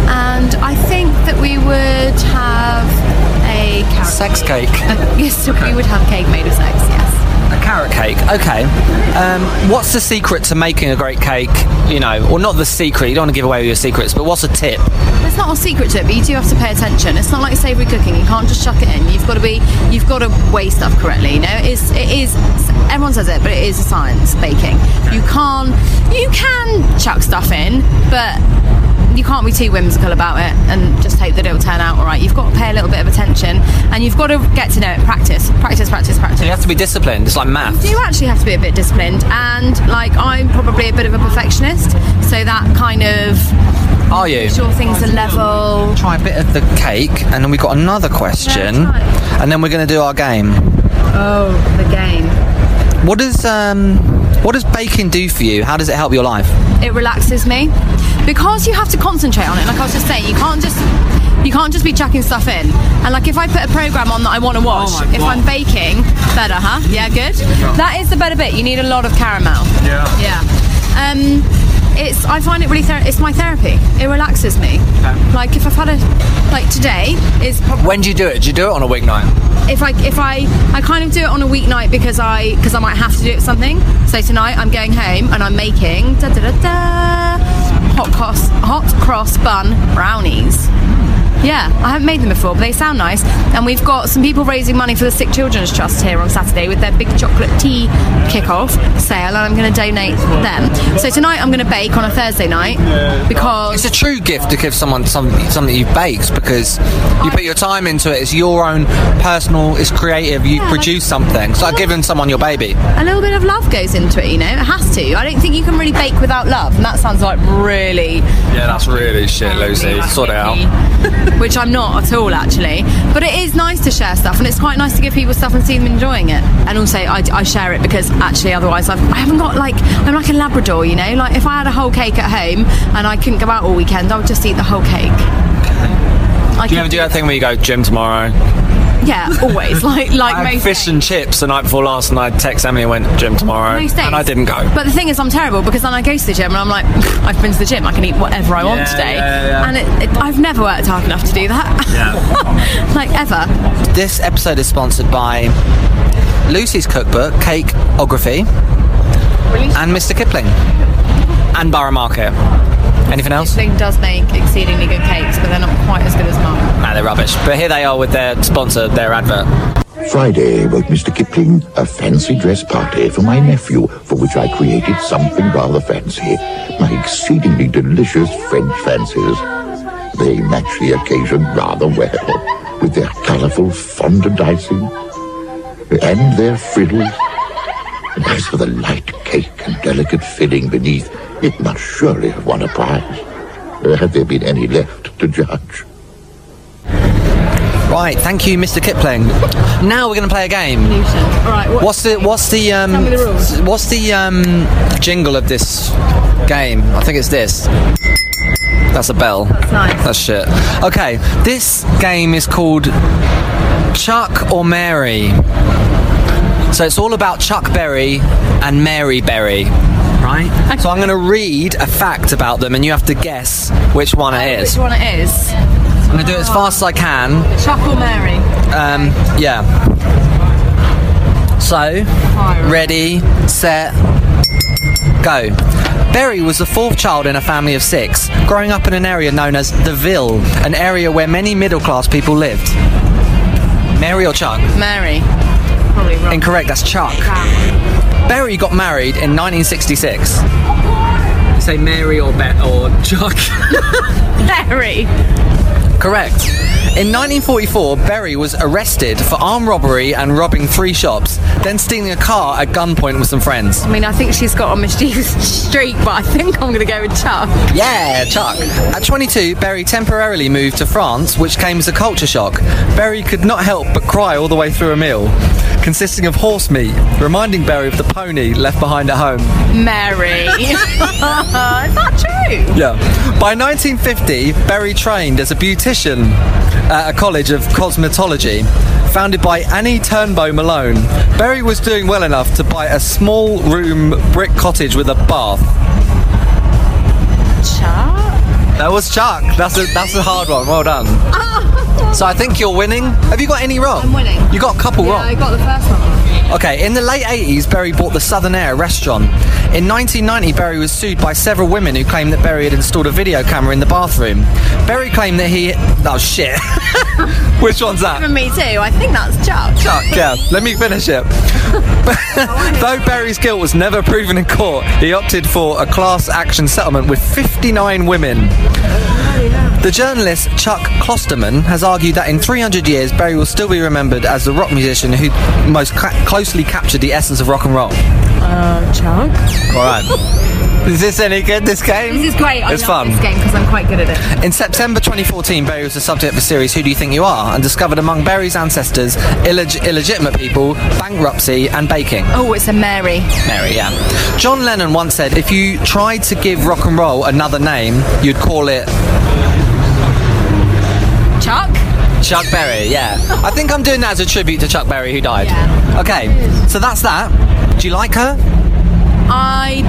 D: and I think that we would have a carrot
A: Sex cake.
D: Uh, yes, we would have cake made of sex. Yes.
A: A carrot cake, okay. Um, what's the secret to making a great cake? You know, or not the secret, you don't want to give away your secrets, but what's a tip?
D: It's not all secret to it, but you do have to pay attention. It's not like savoury cooking; you can't just chuck it in. You've got to be, you've got to weigh stuff correctly. You know, it is, it is. Everyone says it, but it is a science. Baking, you can't, you can chuck stuff in, but you can't be too whimsical about it and just hope that it'll turn out all right. You've got to pay a little bit of attention, and you've got to get to know it. Practice, practice, practice, practice.
A: You have to be disciplined, it's like maths.
D: You actually have to be a bit disciplined, and like I'm probably a bit of a perfectionist, so that kind of
A: Are you?
D: sure things are level.
A: Try a bit of the cake, and then we've got another question,
D: Yeah, try it.
A: and then we're going to do our game.
D: Oh, the game.
A: What does um, what does baking do for you? How does it help your life?
D: It relaxes me because you have to concentrate on it. Like I was just saying, you can't just you can't just be chucking stuff in. And like if I put a program on that I want to watch, if I'm baking, better, huh? Oh Yeah, good. That is the better bit. You need a lot of caramel. Yeah. Yeah. Um, it's I find it really ther- it's my therapy. It relaxes me. Like if I've had a like today is probably
A: When do you do it? Do you do it on a weeknight?
D: if I if I I kind of do it on a weeknight because I because I might have to do it something. So tonight I'm going home and I'm making da da da da hot cross hot cross bun brownies. Yeah, I haven't made them before, but they sound nice. And we've got some people raising money for the Sick Children's Trust here on Saturday with their big chocolate tea kick-off sale, and I'm going to donate them. So tonight I'm going to bake on a Thursday night because
A: It's a true gift to give someone some, something you've baked because you put your time into it. It's your own personal. It's creative. You
D: Yeah,
A: produce something. It's like giving someone your baby.
D: a little bit of love goes into it, you know. It has to. I don't think you can really bake without love, and that sounds like really
I: Yeah, that's really shit, Lucy. Sort it out.
D: which I'm not at all actually. But it is nice to share stuff, and it's quite nice to give people stuff and see them enjoying it. And also, I, I share it because actually, otherwise, I've, I haven't got like I'm like a Labrador, you know. Like if I had a whole cake at home and I couldn't go out all weekend, I would just eat the whole cake. I
A: Do you ever do that thing where you go gym tomorrow?
D: Yeah, always. Like like
A: I had
D: most
A: fish and chips the night before last, and I text Emily and went gym tomorrow,
D: most days.
A: and I didn't go.
D: But the thing is, I'm terrible because then I go to the gym and I'm like, I've been to the gym, I can eat whatever I
A: Yeah,
D: want today.
A: yeah, yeah.
D: And it, it, I've never worked hard enough to do that. like, ever.
A: This episode is sponsored by Lucy's Cookbook, Cakeography, and Mr. Kipling, and Borough Market. Anything else?
D: Sling does make exceedingly good cakes, but they're not quite as good as mine.
A: Nah, they're rubbish. But here they are with their sponsor, their advert.
I: Friday was Mr. Kipling a fancy dress party for my nephew, for which I created something rather fancy. My exceedingly delicious French fancies. They match the occasion rather well, with their colorful fondant icing and their frills. And as for the light cake and delicate filling beneath, it must surely have won a prize. Uh, Had there been any left to judge.
A: Right, thank you, Mr. Kipling. Now we're going to play a game.
D: All right, what,
A: What's the what's the um
D: me the rules.
A: what's the um jingle of this game? I think it's this. That's a bell. That's
D: nice.
A: That's shit. Okay, this game is called Chuck or Mary. So it's all about Chuck Berry and Mary Berry. Right? So I'm going to read a fact about them and you have to guess which one it
D: which
A: is.
D: one it is?
A: I'm going to do it as fast as I can.
D: Chuck or Mary?
A: Um, yeah. So, ready, set, go. Berry was the fourth child in a family of six, growing up in an area known as the Ville, an area where many middle class people lived. Mary or Chuck?
D: Mary. Probably wrong.
A: Incorrect, that's Chuck. Berry got married in 1966. Say Mary or Bet or Chuck.
D: Mary.
A: Correct. In 1944, Berry was arrested for armed robbery and robbing three shops, then stealing a car at gunpoint with some friends.
D: I mean, I think she's got a mischievous streak, but I think I'm going to go with Chuck.
A: Yeah, Chuck. At 22, Berry temporarily moved to France, which came as a culture shock. Berry could not help but cry all the way through a meal, consisting of horse meat, reminding Berry of the pony left behind at home.
D: Mary. is that true?
A: Yeah. By 1950, Berry trained as a beautician at a college of cosmetology founded by Annie Turnbow Malone. Berry was doing well enough to buy a small room brick cottage with a bath.
D: Chuck?
A: That was Chuck. That's a that's a hard one. Well done. So I think you're winning. Have you got any wrong? I'm
D: winning.
A: You got a couple
D: Yeah,
A: wrong.
D: I got the first one.
A: Okay, in the late 80s, Berry bought the Southern Air restaurant. In 1990, Berry was sued by several women who claimed that Berry had installed a video camera in the bathroom. Berry claimed that he. Oh, shit. Which one's that?
D: And me too. I think that's Chuck.
A: Chuck, yeah, let me finish it. Though Berry's guilt was never proven in court, he opted for a class action settlement with 59 women. The journalist Chuck Klosterman has argued that in 300 years, Berry will still be remembered as the rock musician who most cla closely captured the essence of rock and roll.
D: Chuck.
A: All right. Is this any good, this game?
D: This is great. I
A: It's
D: love
A: fun.
D: this game because I'm quite good at it.
A: In September 2014, Berry was the subject of the series Who Do You Think You Are? and discovered among Berry's ancestors illeg- illegitimate people, bankruptcy, and baking.
D: Oh, it's a Mary.
A: Mary, yeah. John Lennon once said if you tried to give rock and roll another name, you'd call it
D: Chuck?
A: Chuck Berry, yeah. I think I'm doing that as a tribute to Chuck Berry who died.
D: Yeah.
A: Okay, so that's that. Do you like her?
D: I.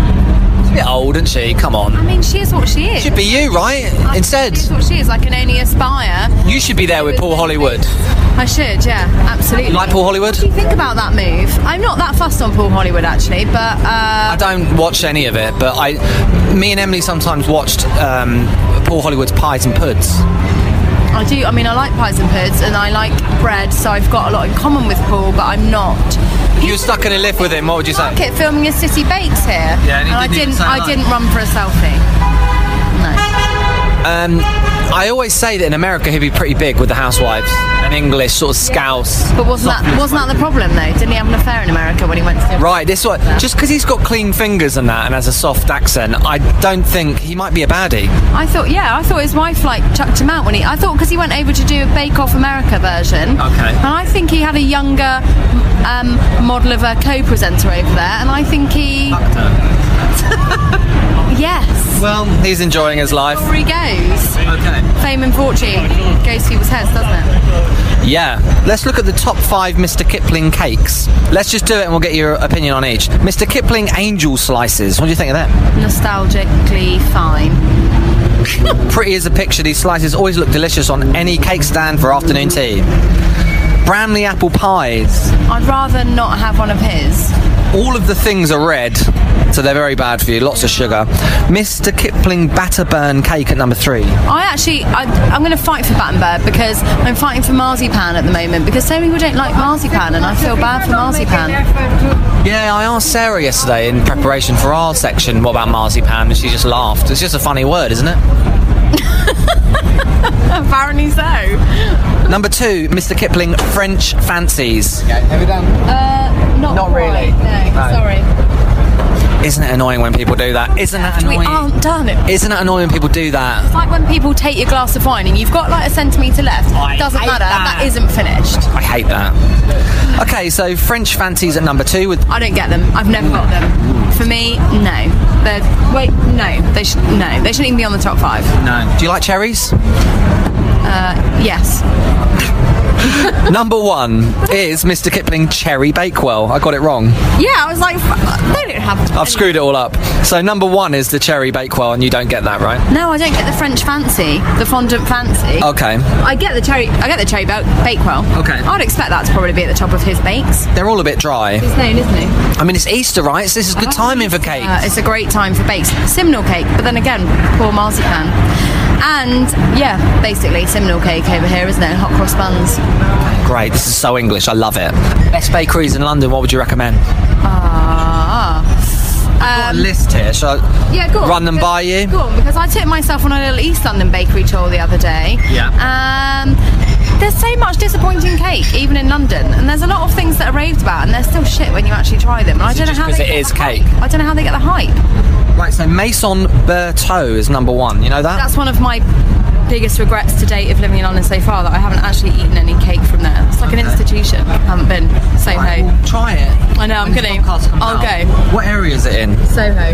A: She's a bit old, isn't she? Come
D: I
A: on.
D: mean, she is what she is.
A: Should be you, right? Instead,
D: She's what she is. I can only aspire.
A: you should be there with Paul Hollywood.
D: I should, yeah, absolutely.
A: You like Paul Hollywood?
D: What do you think about that move? I'm not that fussed on Paul Hollywood actually, but
A: I
D: uh,
A: don't watch any of it, but I, me and Emily sometimes watched um, Paul Hollywood's Pies and Puds.
D: I do. I mean, I like pies and puds, and I like bread, so I've got a lot in common with Paul. But I'm not
A: If you were stuck in a lift with him, what would you say?
D: market filming a city bakes here.
A: Yeah, and he
D: I
A: didn't even
D: didn't.
A: say
D: I
A: hi.
D: didn't run for a selfie. No.
A: Um, I always say that in America he'd be pretty big with the housewives and English sort of scouse.
D: But wasn't that wasn't that the problem though? Didn't he have an affair in America when he went to?
A: Right, this one. Just because he's got clean fingers and that, and has a soft accent, I don't think he might be a baddie.
D: I thought, yeah, I thought his wife like chucked him out when he. I thought because he went over to do a Bake Off America version.
A: Okay.
D: And I think he had a younger um, model of a co-presenter over there, and I think he. yes.
A: Well, he's enjoying his life.
D: Story goes.
A: Okay.
D: Fame and fortune goes to people's heads, doesn't it?
A: Yeah. Let's look at the top five Mr. Kipling cakes. Let's just do it, and we'll get your opinion on each. Mr. Kipling angel slices. What do you think of them?
D: Nostalgically fine.
A: Pretty as a picture. These slices always look delicious on any cake stand for afternoon tea. Bramley apple pies.
D: I'd rather not have one of his.
A: All of the things are red, so they're very bad for you. Lots of sugar. Mr. Kipling Batterburn cake at number three.
D: I actually, I, I'm going to fight for Battenberg because I'm fighting for marzipan at the moment because so many people don't like marzipan and I feel bad for marzipan.
A: Yeah, I asked Sarah yesterday in preparation for our section, what about marzipan? And she just laughed. It's just a funny word, isn't it?
D: Apparently so.
A: Number two, Mr. Kipling French fancies.
D: Uh, not
A: Not
D: quite,
A: really.
D: No,
A: No.
D: sorry.
A: Isn't it annoying when people do that? Isn't that
D: We
A: annoying?
D: aren't done it.
A: Isn't it annoying when people do that?
D: It's like when people take your glass of wine and you've got like a centimetre left.
A: I
D: Doesn't
A: hate
D: matter.
A: that.
D: that isn't finished.
A: I hate that. Okay, so French fancies at number two with
D: I don't get them. I've never got them. For me, no. They're, wait, no. They should no. They shouldn't even be on the top five.
A: no. Do you like cherries?
D: Yes.
A: number one is Mr. Kipling Cherry Bakewell. I got it wrong.
D: Yeah, I was like, f- they don't have.
A: I've screwed it all up. So number one is the Cherry Bakewell, and you don't get that right.
D: No, I don't get the French fancy, the fondant fancy.
A: Okay.
D: I get the cherry. I get the cherry bake bakewell.
A: Oh. Okay.
D: I'd expect that to probably be at the top of his bakes.
A: They're all a bit dry.
D: It's known, isn't it?
A: I mean, it's Easter, right? So this is good timing for cake.
D: Uh, it's a great time for bakes. Simnel cake, but then again, poor marzipan. And yeah, basically simnel cake over here, isn't it? Hot cross buns.
A: Great. This is so English. I love it. Best bakeries in London. What would you recommend?
D: Ah.
A: A
D: Um,
A: list here. Shall I
D: yeah, go on.
A: run them
D: Go-
A: by you?
D: Go on, because I took myself on a little East London bakery tour the other day.
A: Yeah.
D: Um, there's so much disappointing cake, even in London, and there's a lot of things that are raved about, and they're still shit when you actually try them. And I
A: it
D: don't know
A: just
D: how
A: 'cause
D: they
A: it
D: get
A: is
D: the
A: cake?
D: Hype. I don't know how they get the hype.
A: Right. So Maison Berteau is number one. You know that?
D: That's one of my biggest regrets to date of living in London so far that I haven't actually eaten any cake from there. It's like an institution. I haven't been Soho.
A: Right, well, try it.
D: I know, I'm
A: When this
D: gonna-
A: podcast comes
D: I'll
A: out.
D: go.
A: What area is it in?
D: Soho.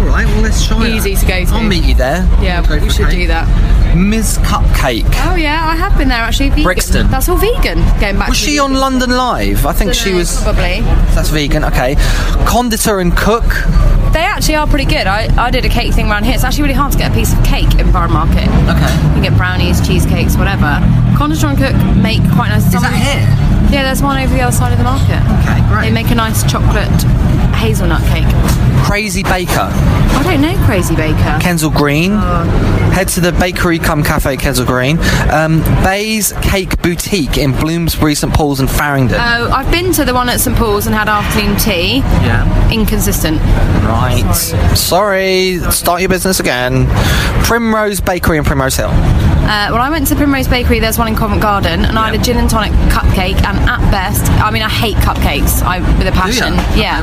A: All right. Well, let's try it.
D: Easy to go to.
A: I'll meet you there.
D: Yeah,
A: We'll go
D: we
A: for
D: should
A: cake.
D: do that.
A: Ms. Cupcake.
D: Oh yeah, I have been there actually. Vegan.
A: Brixton.
D: That's all vegan. Going back.
A: Was
D: to
A: she
D: vegan.
A: on London Live? I think she
D: Dunno,
A: was.
D: probably.
A: That's vegan. Okay. Conditor and cook.
D: They actually are pretty good. I, I did a cake thing around here. It's actually really hard to get a piece of cake in Borough Market.
A: Okay.
D: You can get brownies, cheesecakes, whatever. Conditor and Cook make quite nice. Is
A: that here?
D: Yeah, there's one over the other side of the market.
A: Okay, great.
D: They make a nice chocolate hazelnut cake.
A: Crazy Baker.
D: I don't know Crazy Baker.
A: Kensal Green. Head to the bakery cum cafe Kensal Green. Um, Bay's Cake Boutique in Bloomsbury, St Paul's, and Farringdon.
D: Oh, I've been to the one at St Paul's and had afternoon tea.
A: yeah.
D: Inconsistent.
A: Right. Sorry. Start your business again. Primrose Bakery in Primrose Hill.
D: Uh, well, I went to Primrose Bakery. There's one in Covent Garden, and I had a gin and tonic cupcake. And at best, I mean, I hate cupcakes. I with a passion. Yeah.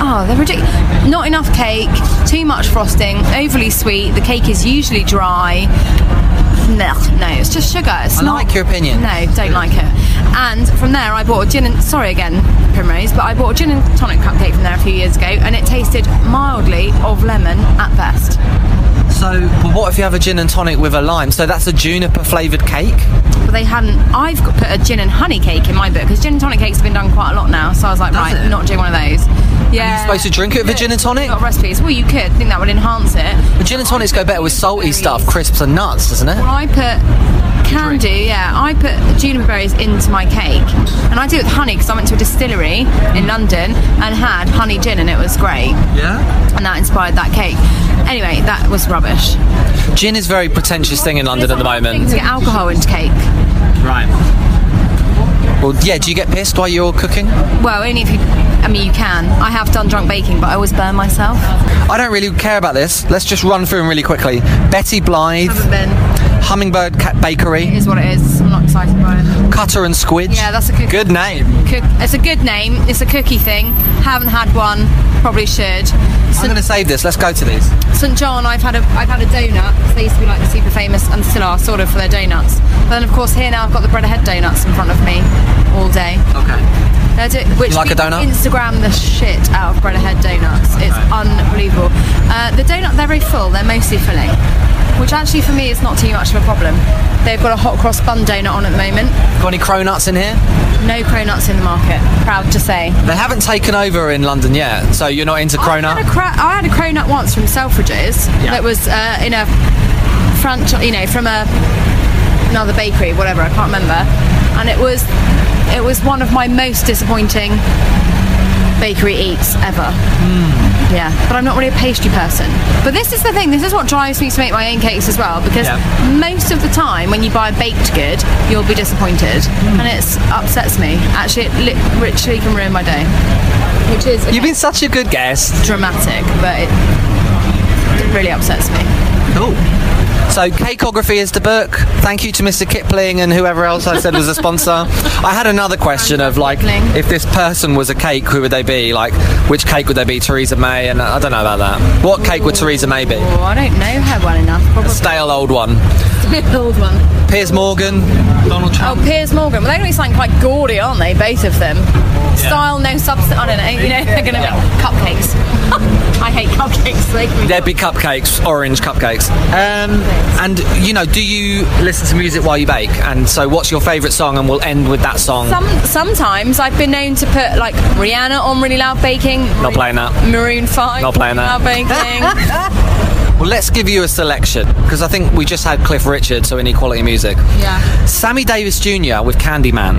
D: Oh, they're ridiculous. Not enough cake, too much frosting, overly sweet. The cake is usually dry. No, no, it's just sugar. It's
A: I
D: not.
A: like your opinion.
D: No, don't like it. And from there, I bought a gin and sorry again, Primrose, but I bought a gin and tonic cupcake from there a few years ago, and it tasted mildly of lemon at best.
A: So, but what if you have a gin and tonic with a lime? So that's a juniper flavoured cake.
D: But they hadn't. I've got- put a gin and honey cake in my book because gin and tonic cakes have been done quite a lot now. So I was like,
A: Does
D: right,
A: it?
D: not doing one of those. Yeah.
A: supposed to drink it with a gin and tonic?
D: Got recipes. Well, you could. I think that would enhance it.
A: But gin and tonics go better with salty stuff, crisps and nuts, doesn't it?
D: Well, I put can do, yeah. I put juniper berries into my cake, and I do it with honey because I went to a distillery in London and had honey gin, and it was great,
A: Yeah.
D: and that inspired that cake. Anyway, that was rubbish.
A: Gin is a very pretentious thing in London at the
D: Thing
A: moment.
D: to get alcohol into cake.
A: Right. Well, yeah. Do you get pissed while you're cooking?
D: Well, only if you. I mean, you can. I have done drunk baking, but I always burn myself.
A: I don't really care about this. Let's just run through them really quickly. Betty Blythe,
D: Haven't been.
A: Hummingbird Cat Bakery,
D: It is what it is. I'm not excited by it.
A: Cutter and Squidge.
D: Yeah, that's a good-
A: good name.
D: Cook, it's a good name. It's a cookie thing. Haven't had one. Probably should.
A: I'm going to save this. Let's go to these.
D: St John, I've had a I've had a donut. 'cause They used to be like super famous and still are sort of for their donuts. But then of course here now I've got the bread ahead donuts in front of me all day.
A: Okay.
D: They're do- which
A: You like a
D: people
A: donut?
D: Instagram the shit out of bread ahead donuts. It's unbelievable. Uh, the donut they're very full. They're mostly filling, which actually for me is not too much of a problem. They've got a hot cross bun donut on at the moment.
A: Got any cronuts in here?
D: No cronuts in the market. Proud to say.
A: They haven't taken over in London yet, so you're not into
D: Oh, I had, a
A: cronut.
D: cro- I had a cronut once from Selfridges that was uh, in a franchise, you know, from a another bakery, whatever. I can't remember, and it was it was one of my most disappointing bakery eats ever.
A: Hmm.
D: Yeah, but I'm not really a pastry person. But this is the thing. This is what drives me to make my own cakes as well, because
A: Yeah.
D: most of the time when you buy a baked good, you'll be disappointed,
A: Hmm.
D: and it upsets me. Actually, it li- literally can ruin my day. Which is
A: You've been such a good guest.
D: dramatic, but it really upsets me.
A: Cool. So, Cakeography is the book. Thank you to Mr. Kipling and whoever else I said was a sponsor. I had another question of like,
D: Kipling.
A: if this person was a cake, who would they be? Like, which cake would they be? Theresa May? And I don't know about that. What cake would Theresa May be?
D: Oh, I don't know her well enough. Probably
A: Stale old one.
D: the old one.
A: Piers Morgan, Donald
D: Oh,
A: Trump.
D: Piers Morgan. Well, they're going to be something quite gaudy, aren't they? Both of them. Style, no substance. I don't know. You know, they're going to make cupcakes. I hate cupcakes. They can be
A: There'd be cupcakes, orange cupcakes. Um, and you know, do you listen to music while you bake? And so, what's your favourite song? And we'll end with that song.
D: Some, sometimes I've been known to put like Rihanna on really loud baking.
A: Not playing that.
D: Maroon Five.
A: Not playing that.
D: Loud baking.
A: Well, let's give you a selection because I think we just had Cliff Richard, so inequality music.
D: yeah.
A: Sammy Davis Jr. with Candyman.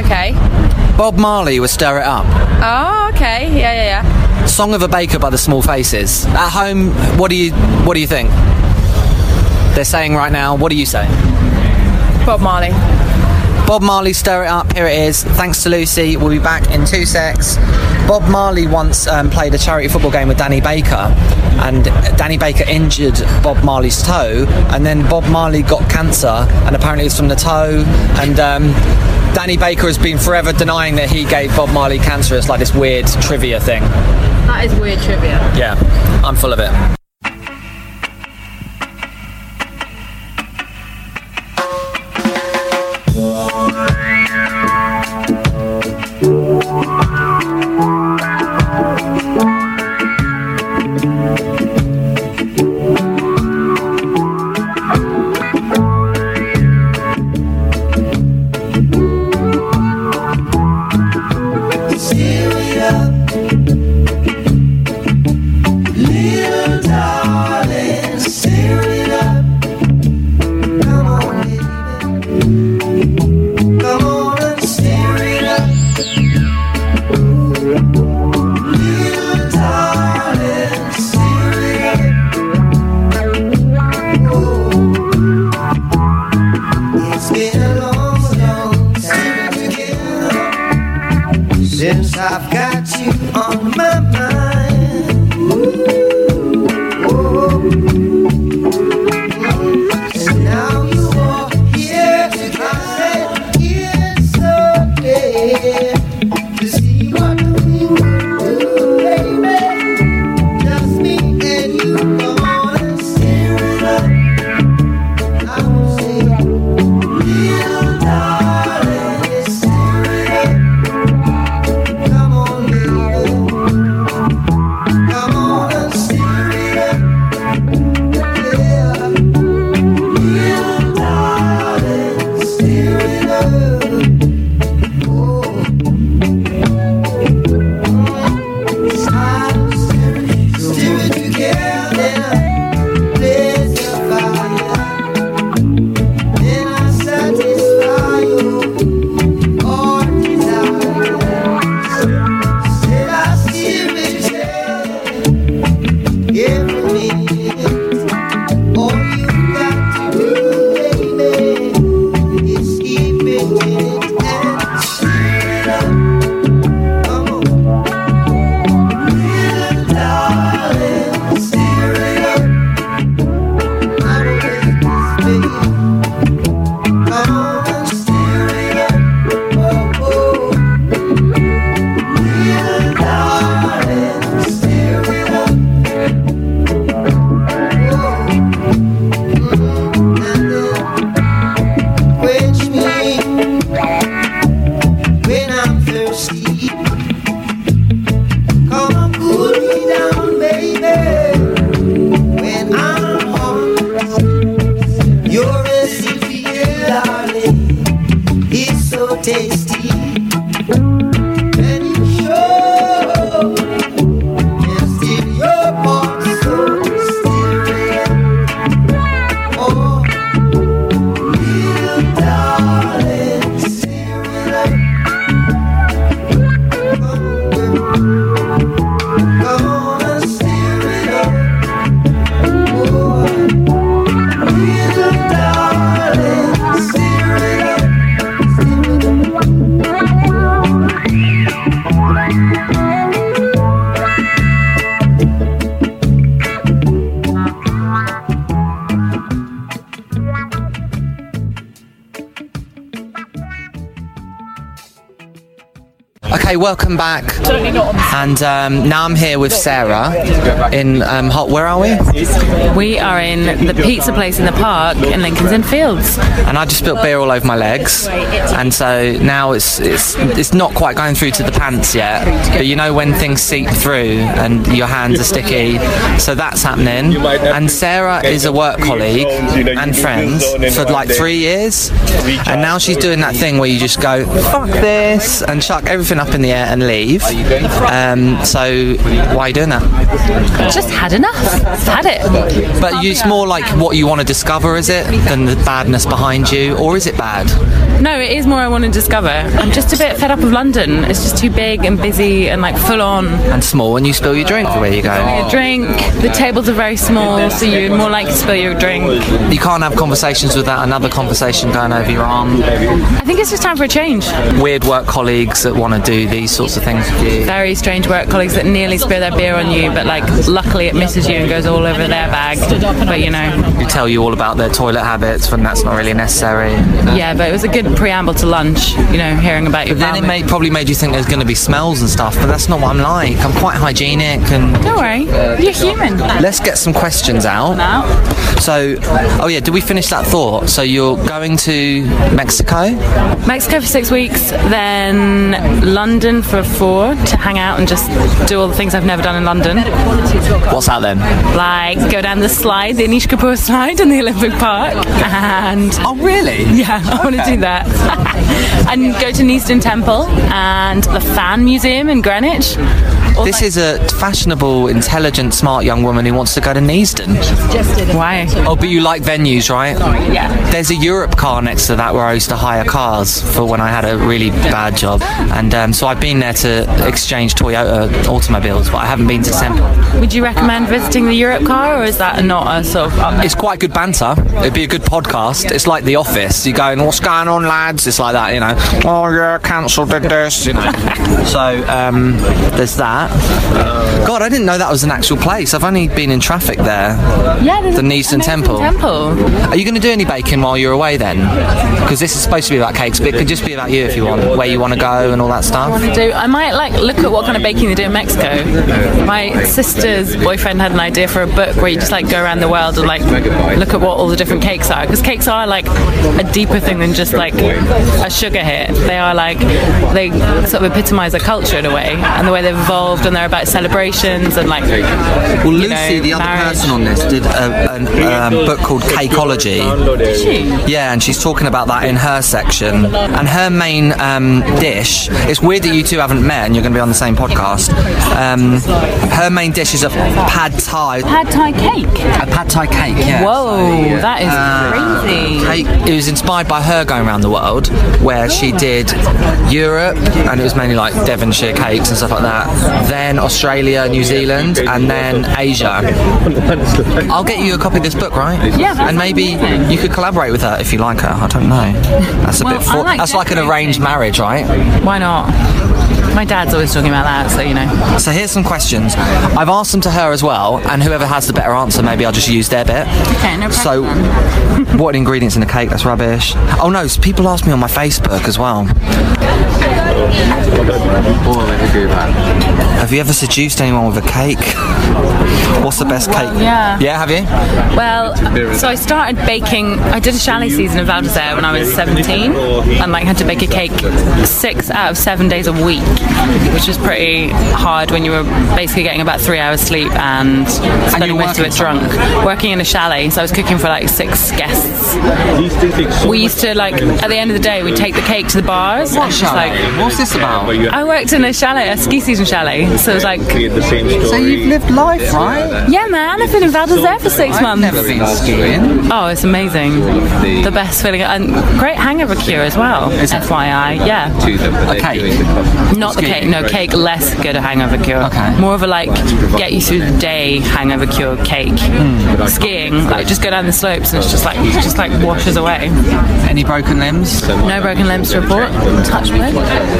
D: Okay.
A: Bob Marley with Stir It Up.
D: Oh, okay. Yeah, yeah, yeah.
A: Song of a Baker by the Small Faces. At home, what do you what do you think? They're saying right now. What do you say?
D: Bob Marley.
A: Bob Marley, stir it up. Here it is. Thanks to Lucy. We'll be back in two secs. Bob Marley once um, played a charity football game with Danny Baker, and Danny Baker injured Bob Marley's toe, and then Bob Marley got cancer, and apparently it was from the toe. And um, Danny Baker has been forever denying that he gave Bob Marley cancer. It's like this weird trivia thing.
D: That is weird trivia.
A: Yeah, I'm full of it.
B: Since I've got you on my mind. And now you are here tonight, here someday, to see what we will do, baby. Just me and you, come on and stir it up. I won't say, little darling, stir it up. Come on, baby. Come on and steer it up. Yeah. Little darling, steer it up. Oh. Smile, steer it- steer it together. Blaze the fire. Then I satisfy you, all desire. Did I see it? Give me all you got to do, baby. Is keep it and stir it up. Come on, little darling, stir it up. I don't
A: Okay, welcome back. Totally not. And um, now I'm here with Sarah in um, Hot. Where are we?
J: We are in the pizza place in the park in Lincoln's Inn Fields.
A: And I just spilt beer all over my legs, and so now it's it's it's not quite going through to the pants yet. But you know when things seep through and your hands are sticky, so that's happening. And Sarah is a work colleague and friends for like three years, and now she's doing that thing where you just go fuck this and chuck everything up in the air and leave. Um, so why are you doing that?
J: Just had enough. Had it.
A: But you, it's more like what you want to discover, is it, than the badness behind you, or is it bad?
J: No, it is more I want to discover. I'm just a bit fed up of London. It's just too big and busy and like full on.
A: And small, and you spill your drink where you go.
J: Drink. The tables are very small, so you're more likely to spill your drink.
A: You can't have conversations without another conversation going over your arm.
J: I think it's just time for a change.
A: Weird work colleagues that want to do these sorts of things with you.
J: Very strange work colleagues that nearly spill their beer on you, but like luckily it misses you and goes all over their bag. But you know,
A: They tell you all about their toilet habits when that's not really necessary.
J: yeah. But it was a good preamble to lunch. You know, hearing about your.
A: Then it
J: vomit.
A: may, probably made you think there's going to be smells and stuff, but that's not what I'm like. I'm quite hygienic and.
J: Don't worry, you're human.
A: Let's get some questions out.
J: Now,
A: So, oh yeah, did we finish that thought? So you're going to Mexico?
J: Mexico for six weeks, then London for four to hang out and just do all the things I've never done in London,
A: What's that then?
J: like go down the slide, the Anish Kapoor slide in the Olympic Park, and
A: Oh really?
J: yeah, I want to do that, and go to Neasden Temple and the Fan Museum in Greenwich. All
A: This
J: that-
A: is a fashionable, intelligent, smart young woman who wants to go to Neasden.
J: why.
A: Oh, but you like venues, right?
J: Yeah.
A: There's a Europe car next to that where I used to hire cars for when I had a really bad job. And um, so I've been there to exchange Toyota automobiles, but I haven't been to Temple.
J: Would you recommend visiting the Europe car, or is that not a sort of up there?
A: It's quite good banter. It'd be a good podcast. It's like The Office. You're going, what's going on, lads? It's like that, you know. Oh, yeah, council did this, you know. so um, there's that. God, I didn't know that was an actual place. I've only been in traffic there.
J: Yeah, there's
A: The
J: a-
A: Neasden
J: amazing
A: Temple.
J: Temple.
A: Are you going to do any baking while you're away then? Because this is supposed to be about cakes, but it could just be about you if you want, where you want to go and all that stuff.
J: Do I might like look at what kind of baking they do in Mexico. My sister's boyfriend had an idea for a book where you just like go around the world and like look at what all the different cakes are because cakes are like a deeper thing than just like a sugar hit. They are like they sort of epitomize a culture in a way and the way they've evolved and they're about celebrations and like
A: Well,
J: you
A: Lucy,
J: know,
A: the other
J: marriage.
A: person on this, did a, an, um, book called Cakeology. Yeah, and she's talking about that in her section. And her main um, dish, it's weird that you two haven't met and you're going to be on the same podcast. Um, her main dish is a pad thai.
J: Pad Thai cake.
A: A pad thai cake, yeah.
J: Whoa, that is crazy.
A: Kate, it was inspired by her going around the world, where she did Europe, and it was mainly like Devonshire cakes and stuff like that. Then Australia, New Zealand, and then Asia. I'll get you a copy of this book, right?
J: Yeah, that's
A: And maybe
J: amazing.
A: you could collaborate with her if you like her. I don't know. That's a
J: Well,
A: bit.
J: I
A: For-
J: like
A: that's like an arranged marriage, right?
J: Why not? My dad's always talking about that, so you know.
A: So here's some questions. I've asked them to her as well, and whoever has the better answer, maybe I'll just use their bit.
J: Okay, no
A: So,
J: problem.
A: what ingredients in the cake? That's rubbish. Oh no, s- people ask me on my Facebook as well. Have you ever seduced anyone with a cake? What's the best cake?
J: yeah.
A: Yeah, have you?
J: Well, so I started baking. I did a chalet season in Valdezaire when I was 17, and like had to bake a cake six out of seven days a week, which was pretty hard when you were basically getting about three hours sleep and spending most of it drunk. Working in a chalet, so I was cooking for like six guests. We used to like at the end of the day, we'd take the cake to the bars. and just, like
A: What's this about?
J: I worked in a chalet, a ski season chalet, so it was like,
A: So you've lived life, right?
J: yeah, man, I've been in Valdezaire for 6 months.
A: Never been skiing.
J: Oh, it's amazing. The best feeling. And great hangover cure as well, FYI. Yeah.
A: A cake.
J: Not the cake. No, cake less good a hangover cure.
A: Okay.
J: More of a like, get you through the day hangover cure cake. Skiing, like just go down the slopes and it's just like, just like washes away.
A: Any broken limbs?
J: No broken limbs to report. Touch wood.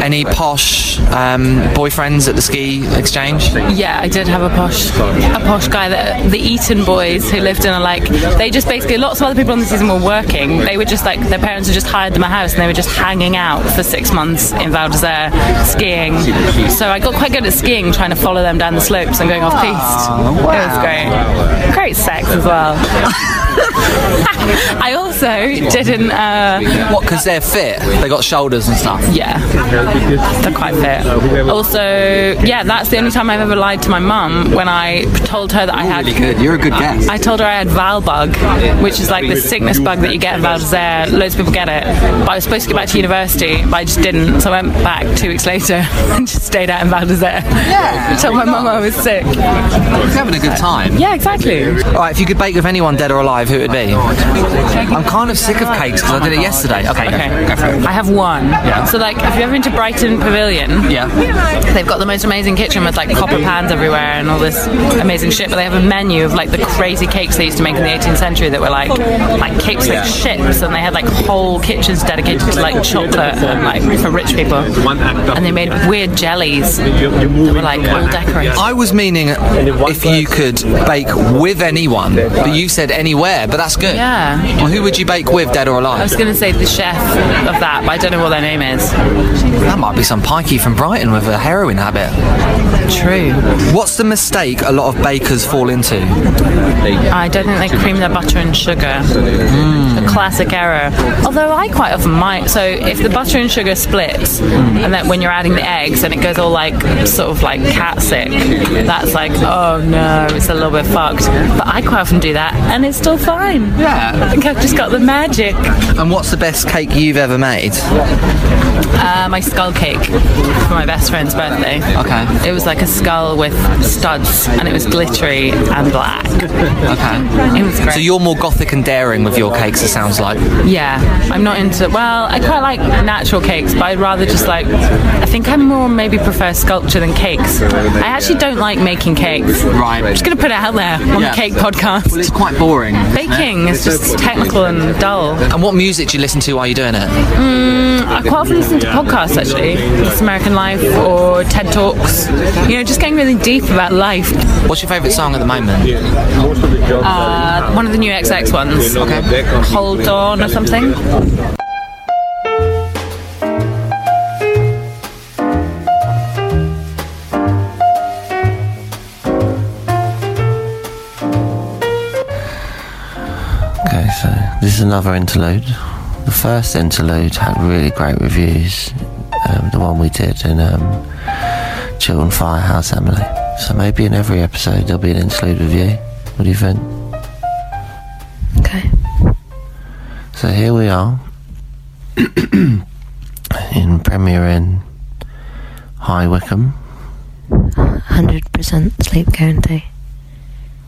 A: Any posh um, boyfriends at the ski exchange?
J: Yeah, I did have a posh, a posh guy that the Eton boys who lived in a like. They just basically lots of other people on the season were working. They were just like their parents had just hired them a house and they were just hanging out for six months in Val d'Isere skiing. So I got quite good at skiing, trying to follow them down the slopes and going off piste. It was great, great sex as well. I also didn't. Uh,
A: What? Because they're fit. They got shoulders and stuff.
J: Yeah, they're quite fit. Also, yeah, that's the only time I've ever lied to my mum when I told her that I had.
A: really good. You're a good guest.
J: I told her I had Val bug, which is like this sickness bug that you get in Val d'Isere. Loads of people get it. But I was supposed to get back to university, but I just didn't. So I went back two weeks later and just stayed out in Val d'Isere. Yeah. told my mum I was sick.
A: having a good time.
J: Yeah, exactly.
A: All right, if you could bake with anyone dead or alive, who would it be? I'm kind of sick of cakes because I did it yesterday. Okay, okay. go for it.
J: I have one. So like, if you ever been to Brighton Pavilion,
A: yeah,
J: they've got the most amazing kitchen with like copper pans everywhere and all this amazing shit. But they have a menu of like the crazy cakes they used to make in the 18th century that were like like cakes like ships, and they had like whole kitchens dedicated to like chocolate and like for rich people. And they made weird jellies that were like all decorated.
A: I was meaning if you could bake with anyone, but you said anywhere, but that's good.
J: Yeah.
A: Well, who would you bake with, dead or
J: I
A: alive?
J: was gonna say the chef of that, but I don't know what their name is.
A: That might be some pikey from Brighton with a heroin habit.
J: True.
A: What's the mistake a lot of bakers fall into?
J: I don't think they cream their butter and sugar. A classic error. Although I quite often might. So if the butter and sugar splits, and then when you're adding the eggs and it goes all like sort of like cat sick, that's like oh no, it's a little bit fucked. But I quite often do that, and it's still fine. Yeah. I think I've just got the magic.
A: And what's the best cake you've ever made?
J: Uh, my skull cake for my best friend's birthday.
A: Okay.
J: It was like a skull with studs, and it was glittery and black.
A: Okay.
J: It was great.
A: So you're more gothic and daring with your cakes, it sounds like.
J: Yeah, I'm not into. Well, I quite like natural cakes, but I'd rather just like. I think I more maybe prefer sculpture than cakes. I actually don't like making cakes.
A: Right.
J: I'm just gonna put it out there on
A: Yeah.
J: the cake podcast.
A: Well, it's quite boring.
J: Baking is just technical and dull. Um,
A: And what music do you listen to while you're doing it?
J: I quite often listen to podcasts actually, This American Life or TED Talks. You know, just getting really deep about life.
A: What's your favourite song at the moment?
J: Uh, one of the new XX ones. Okay. Hold on or something.
K: Okay, so this is another interlude. The first interlude had really great reviews, um, the one we did in um, Chilton Firehouse Emily. So maybe in every episode there'll be an interlude review. What do you think?
J: Okay.
K: So here we are in Premier Inn, High Wycombe.
L: 100% sleep guarantee.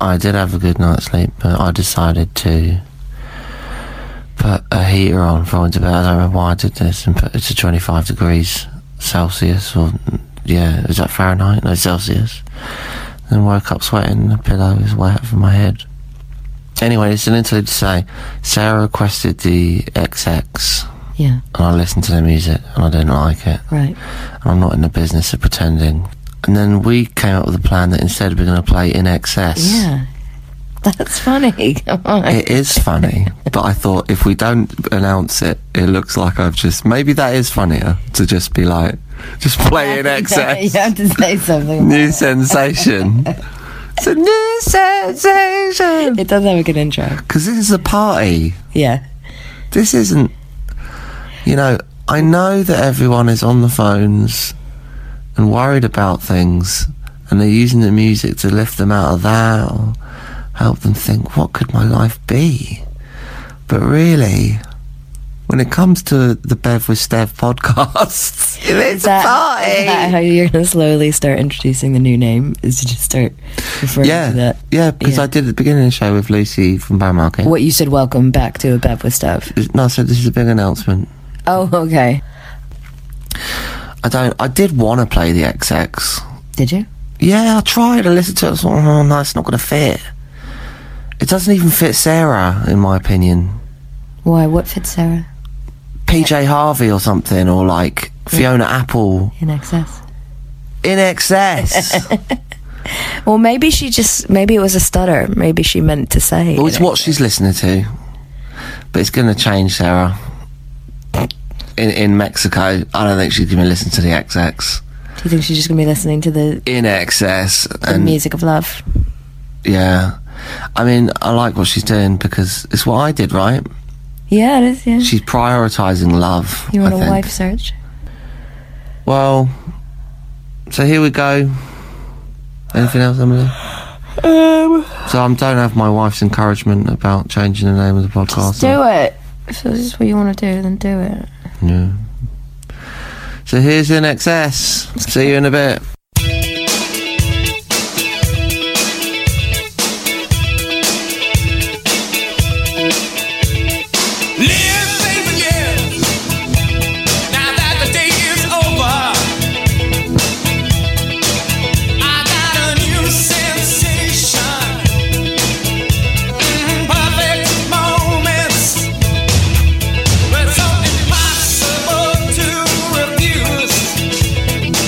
K: I did have a good night's sleep, but I decided to put a heater on for winter bed. I don't remember why I did this and put it to 25 degrees Celsius or, yeah, is that Fahrenheit? No, Celsius. Then woke up sweating, the pillow was wet from my head. Anyway, it's an interlude to say Sarah requested the XX.
L: Yeah.
K: And I listened to their music and I didn't like it.
L: Right.
K: And I'm not in the business of pretending. And then we came up with a plan that instead we're going to play in excess.
L: Yeah. That's funny. Come on.
K: It is funny, but I thought if we don't announce it, it looks like I've just. Maybe that is funnier to just be like, just play in
L: you
K: excess.
L: have to say something.
K: New sensation. It's a new sensation.
L: It does have a good intro.
K: Because this is a party.
L: Yeah.
K: This isn't. You know, I know that everyone is on the phones and worried about things, and they're using the music to lift them out of that or help them think, what could my life be? But really, when it comes to the Bev with Steph podcast, it's
L: Is that,
K: a party.
L: is that how you're going to slowly start introducing the new name? Is to just start referring
K: yeah,
L: to that?
K: yeah, because
L: Yeah.
K: I did at the beginning of the show with Lucy from Bowmarket.
L: What you said, welcome back to a bed with stuff.
K: No, so this is a big announcement.
L: Oh, okay.
K: I don't. I did want to play the XX.
L: Did you?
K: Yeah, I tried. I listened to it. I was like, oh, no, it's not going to fit. It doesn't even fit Sarah, in my opinion.
L: Why? What fits Sarah?
K: PJ Harvey or something, or like Fiona Apple.
L: in excess.
K: In excess.
L: well, maybe she just maybe it was a stutter. Maybe she meant to say.
K: Well, it's what she's listening to, but it's going to change, Sarah. In in Mexico, I don't think she's going to listen to the XX.
L: Do you think she's just gonna be listening to the,
K: In excess,
L: the
K: and
L: music of love?
K: yeah, I mean, I like what she's doing because it's what I did, right?
L: Yeah, it is. Yeah.
K: She's prioritising love.
L: You're on
K: I
L: a
K: think.
L: wife search.
K: Well, so here we go. Anything else, Emily?
L: Um,
K: So I don't have my wife's encouragement about changing the name of the podcast.
L: do it. If this is what you want to do, then do it.
K: Yeah. So here's in excess. See you in a bit.
B: Live, baby, live. Now that the day is over, I got a new sensation. Mm, perfect moments. But it's so impossible to refuse.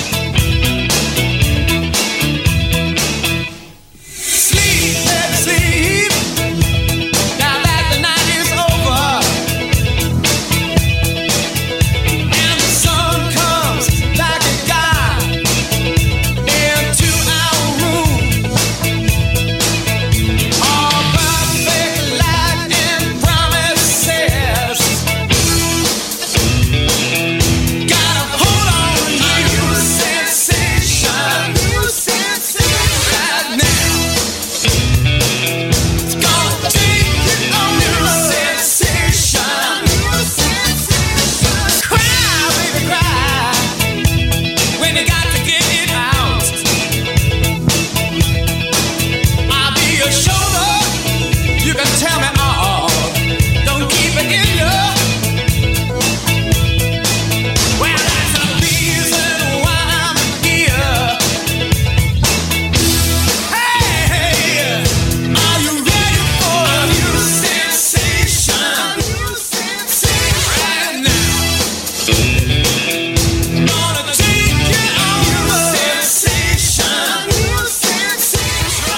B: Sleep, baby, sleep. Now that the night is over. And the sun comes like a god into our room. All perfect light and promises. Gotta hold on to you, sensation. New sensation right now. It's gonna take you a new sensation. New sensation. Cry, baby, cry. When you got to get it out. I'll be your shoulder. You can tell me all. Don't keep it in love. Well, that's the reason why I'm here. Hey, hey. Are you ready for a new sensation? New sensation right now. Gonna take you on a new sensation. New sensation. New sensation.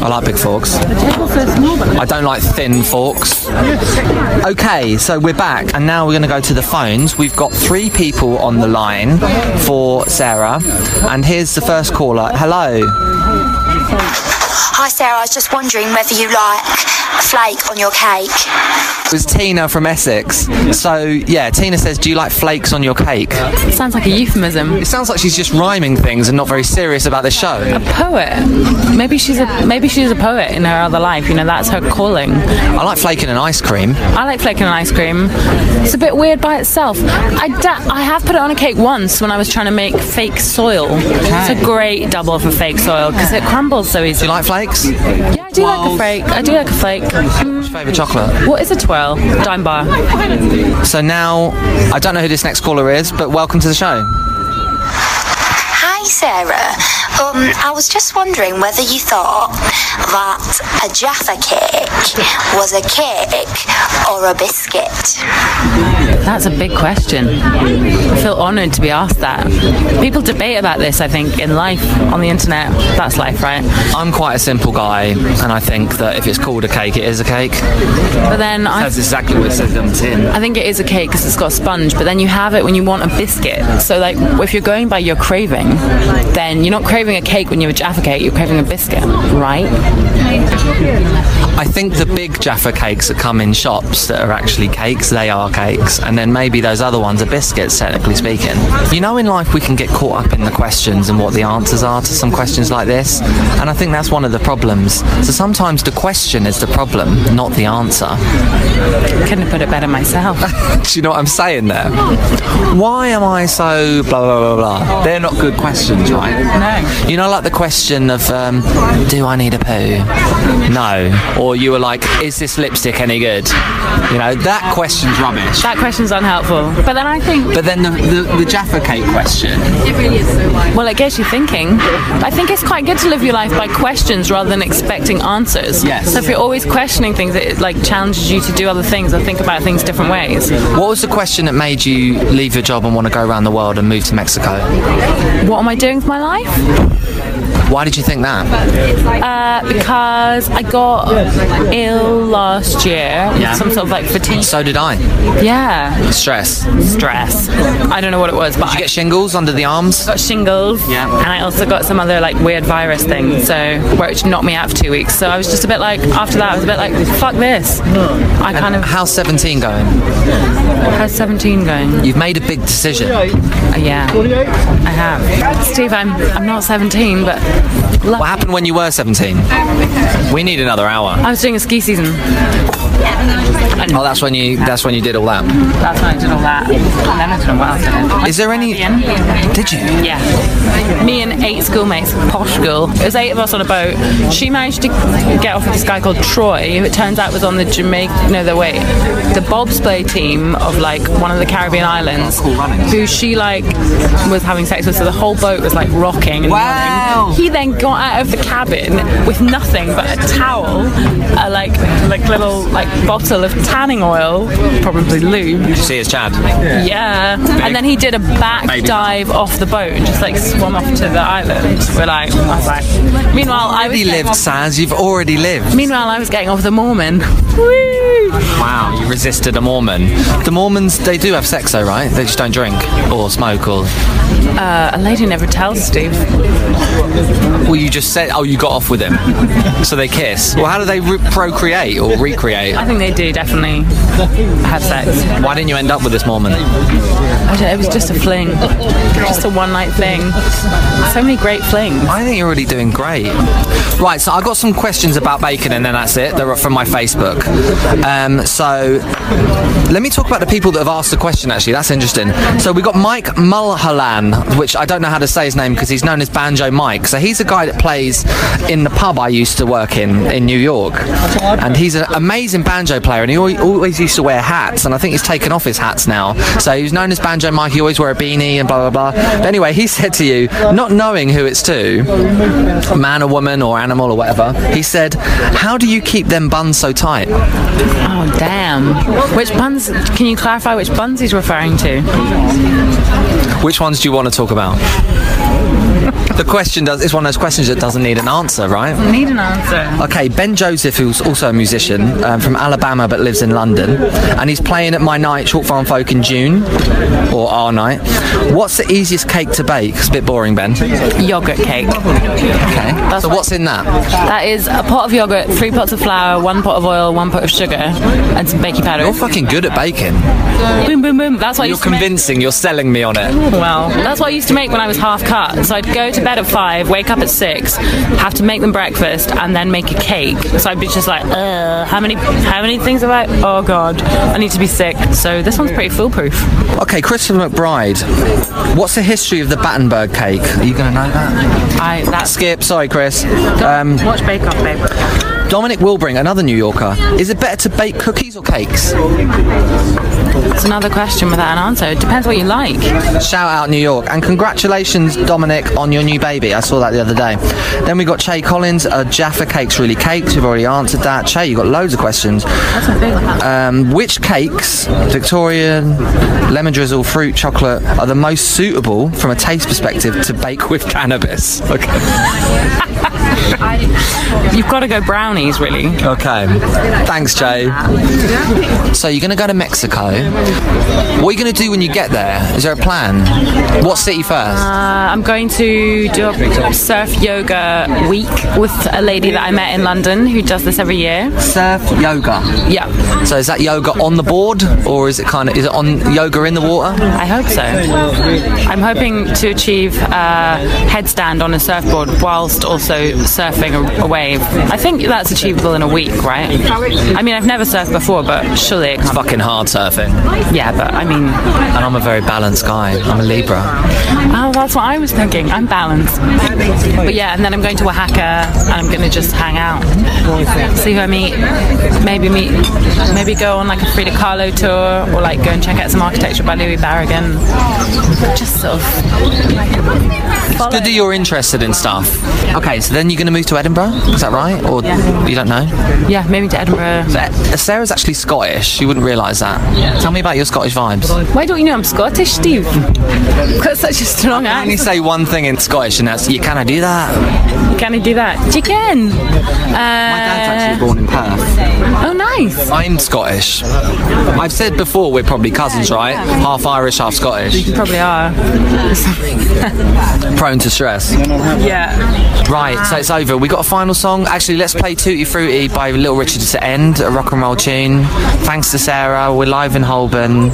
A: I like big forks. I don't like thin forks. Okay, so we're back, and now we're going to go to the phones. We've got three people on the line for Sarah, and here's the first caller. Hello.
M: Hi Sarah, I was just wondering whether you like flake on your cake.
A: It was Tina from Essex. So, yeah, Tina says, Do you like flakes on your cake?
J: Sounds like a euphemism.
A: It sounds like she's just rhyming things and not very serious about the show.
J: Poet. Maybe she's a maybe she's a poet in her other life. You know, that's her calling.
A: I like flaking an ice cream.
J: I like flaking an ice cream. It's a bit weird by itself. I, da- I have put it on a cake once when I was trying to make fake soil. It's a great double for fake soil because it crumbles so easily. Do you
A: like flakes?
J: Yeah, I do like a flake. I do like a flake. What's
A: your favourite chocolate?
J: What is a twirl? Dime bar.
A: So now, I don't know who this next caller is, but welcome to the show.
M: Hi Sarah, um, I was just wondering whether you thought that a jaffa cake was a cake or a biscuit.
J: That's a big question. I feel honoured to be asked that. People debate about this, I think, in life, on the internet. That's life, right?
A: I'm quite a simple guy, and I think that if it's called a cake, it is a cake.
J: But then I.
A: That's exactly what it says on the tin.
J: I think it is a cake because it's got a sponge, but then you have it when you want a biscuit. So, like, if you're going by your craving, then you're not craving a cake when you have a Jaffa cake, you're craving a biscuit, right?
A: I think the big Jaffa cakes that come in shops that are actually cakes, they are cakes, and then maybe those other ones are biscuits, technically speaking. You know, in life, we can get caught up in the questions and what the answers are to some questions like this, and I think that's one of the problems. So sometimes the question is the problem, not the answer.
J: Couldn't have put it better myself.
A: Do you know what I'm saying there? Why am I so blah blah blah blah? They're not good questions, right?
J: No.
A: You know, like the question of, um, do I need a poo? No. Or you were like, is this lipstick any good? You know, that question's rubbish.
J: That question's unhelpful. But then I think.
A: But then the, the, the Jaffa cake question.
J: It really is so wide. Well, it gets you thinking. I think it's quite good to live your life by questions rather than expecting answers.
A: Yes.
J: So if you're always questioning things, it like challenges you to do other things or think about things different ways.
A: What was the question that made you leave your job and want to go around the world and move to Mexico?
J: What am I doing with my life?
A: Why did you think that?
J: Uh, because I got ill last year with
A: Yeah.
J: some sort of like fatigue.
A: So did I.
J: Yeah.
A: Stress.
J: Stress. I don't know what it was, but
A: Did you get shingles under the arms?
J: got shingles. Yeah. And I also got some other like weird virus thing, so which knocked me out for two weeks. So I was just a bit like after that I was a bit like, fuck this. I kind of
A: How's seventeen going?
J: How's seventeen going?
A: You've made a big decision.
J: Uh, yeah. I have. Steve, I'm I'm not seventeen but
A: What happened when you were 17? We need another hour.
J: I was doing a ski season.
A: Oh, that's when you that's when you did all that.
J: That's when I did all that. And then I don't know what else I did.
A: Is there any? Did you?
J: Yeah. Me and eight schoolmates, posh girl. It was eight of us on a boat. She managed to get off with this guy called Troy, who it turns out was on the Jamaica. No, the wait, the bobsleigh team of like one of the Caribbean islands, who she like was having sex with. So the whole boat was like rocking. And wow. He then got out of the cabin with nothing but a towel, a like like little like bottle of tanning oil, probably lube.
A: Did you see it's Chad?
J: Yeah. And then he did a back
A: Baby.
J: dive off the boat, just like swam off to the island. We're like, I was like. Meanwhile, I was
A: Already
J: getting
A: lived,
J: off,
A: Saz. You've already lived.
J: Meanwhile, I was getting off the Mormon.
A: Wow, you resisted a Mormon. The Mormons, they do have sex though, right? They just don't drink or smoke or.
J: Uh, a lady never tells Steve.
A: Well, you just said, oh, you got off with him. So they kiss. Well, how do they re- procreate or recreate?
J: I think they do definitely have sex.
A: Why didn't you end up with this Mormon?
J: I don't know, it was just a fling, just a one night fling. So many great flings.
A: I think you're really doing great. Right, so I've got some questions about bacon and then that's it. They're from my Facebook. Um, so let me talk about the people that have asked the question actually. That's interesting. So we got Mike Mulholland, which I don't know how to say his name because he's known as Banjo Mike. So he's a guy that plays in the pub I used to work in in New York. And he's an amazing banjo player and he al- always used to wear hats and I think he's taken off his hats now. So he was known as Banjo Mike. He always wore a beanie and blah, blah, blah. But anyway, he said to you, not knowing who it's to, man or woman or animal or whatever, he said, How do you keep them buns so tight?
J: Oh, damn. Which buns, can you clarify which buns he's referring to?
A: Which ones do you want to talk about? the question does, it's one of those questions that doesn't need an answer, right?
J: Need an answer.
A: Okay, Ben Joseph, who's also a musician um, from Alabama but lives in London, and he's playing at my night, Short Farm Folk, in June, or our night. What's the easiest cake to bake? It's a bit boring, Ben.
J: Yogurt cake.
A: Okay. so what's in that?
J: That is a pot of yogurt, three pots of flour, one pot of oil, one pot of sugar, and some baking powder.
A: You're fucking good at baking.
J: Boom, boom, boom. That's what I
A: You're
J: used to make.
A: convincing. You're selling me on it.
J: Well, that's what I used to make when I was half cut. So I'd go to bed at five, wake up at six, have to make them breakfast, and then make a cake. So I'd be just like, uh, how many, how many things have I? Oh god, I need to be sick. So this one's pretty foolproof.
A: Okay, Christopher McBride. What's the history of the Battenberg cake? Are you going to know that?
J: I that's
A: Skip. Sorry, Chris. Um,
J: watch Bake Off, babe.
A: Dominic Wilbring, another New Yorker. Is it better to bake cookies or cakes?
J: It's another question without an answer. It depends what you like.
A: Shout out New York and congratulations, Dominic, on your new baby. I saw that the other day. Then we got Che Collins. Are Jaffa cakes really cakes? We've already answered that. Che, you got loads of questions.
J: That's a big one.
A: Um, which cakes, Victorian, lemon drizzle, fruit, chocolate, are the most suitable from a taste perspective to bake with cannabis? Okay.
J: You've got to go brownies, really.
A: Okay. Thanks, Che. So you're going to go to Mexico. What are you going to do when you get there? Is there a plan? What city first?
J: Uh, I'm going to do a surf yoga week with a lady that I met in London who does this every year.
A: Surf yoga.
J: Yeah,
A: So is that yoga on the board, or is it kind of is it on yoga in the water?
J: I hope so. I'm hoping to achieve uh, headstand on a surfboard whilst also surfing a, a wave. I think that's achievable in a week, right? I mean, I've never surfed before, but surely it
A: It's fucking hard surfing.
J: Yeah, but I mean.
A: And I'm a very balanced guy. I'm a Libra.
J: Oh, that's what I was thinking. I'm balanced. But yeah, and then I'm going to Oaxaca and I'm going to just hang out. See who I meet. Maybe meet, maybe go on like a Frida Kahlo tour or like go and check out some architecture by Louis Barragan. Just sort of.
A: It's good that you're interested in stuff. Okay, so then you're going to move to Edinburgh? Is that right? Or
J: Yeah.
A: you don't know?
J: Yeah, maybe to Edinburgh.
A: Uh, Sarah's actually Scottish. You wouldn't realise that. Tell me about your Scottish vibes.
J: Why don't you know I'm Scottish, Steve? I've got such a strong
A: I only
J: accent.
A: say one thing in Scottish, and that's you can I do that.
J: Can I do that? You can. Uh,
A: Actually, born in Perth.
J: oh, nice.
A: I'm Scottish. I've said before we're probably cousins, right? Half Irish, half Scottish.
J: You probably are.
A: Prone to stress.
J: yeah.
A: Right, so it's over. We got a final song. Actually, let's play Tutti Frutti by Little Richard to end, a rock and roll tune. Thanks to Sarah. We're live in Holborn.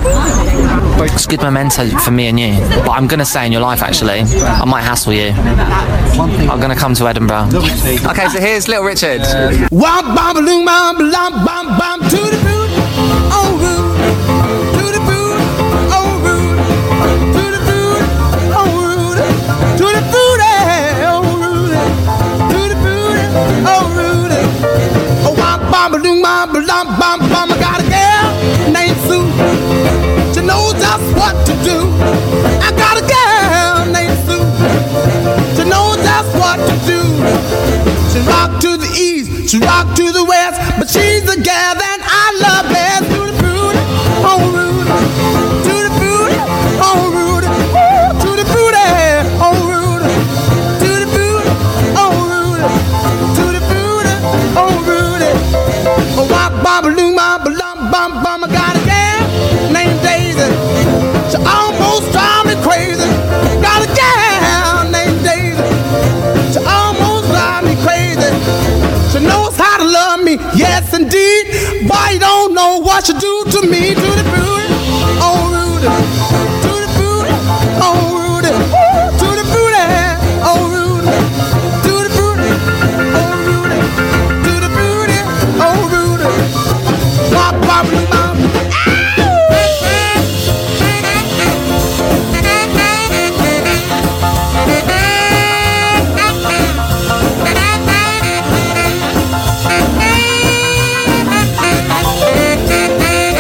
A: It's good memento for me and you. But I'm going to stay in your life, actually. I might hassle you. I'm going to come to Edinburgh. Okay, so here's Little Richard.
E: Wop bombaloom bomb lom bomb bomb to the boot oh rude to the boot oh rude to the boot oh rude to the boot eh, oh rude to the boot eh, oh rude oh wop bombaloom bomb lom bomb bomb I got a girl named Sue she knows just what to do I got a girl named Sue she knows just what to do she rock to the east, she rock to the west, but she's the gal that I love best. To the booty, oh rude, to the booty, oh rude, Ooh, to the booty, oh rude, to the booty, oh rude, to the booty, oh rude. Oh, wop, bop, loom, bop, lum, bum, bum. I got a gal named Daisy. She almost drives me crazy. Got a gal named Daisy. She almost drives me crazy. She knows how to love me, yes indeed. Boy, you don't know what she do to me. To the booty, oh Rudy. To the booty, oh Rudy. To the booty, oh Rudy. To the booty, oh Rudy. To the booty, oh Rudy. Wop, wop, wop.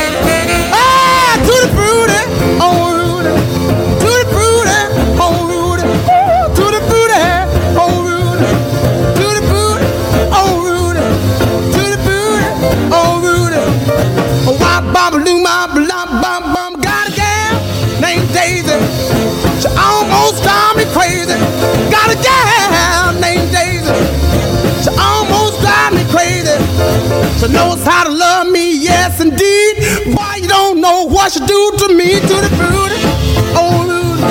E: Ah, to the booty, oh Rudy. To the booty, oh Rudy. Ooh, to the booty, oh Rudy. To the booty, oh Rudy. To the booty, oh Rudy. Oh, wop, bop, loo, mop, lop, bop, bop. Got a gal named Daisy. She almost drives me crazy. Got a gal named Daisy. She almost drives me crazy. She knows how to love me, yes indeed. Boy, you don't know what she do to me. To the booty, oh Rudy.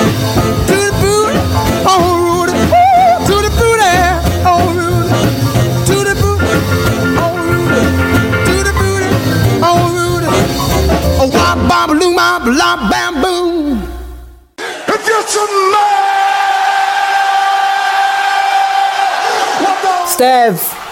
E: To the booty, oh Rudy. Ooh, To the booty, oh Rudy. To the booty, oh Rudy. To the booty, oh Rudy. Oh, wop, bop, loom, bop, lop, bam, boom. If you're
N: some
F: Steph,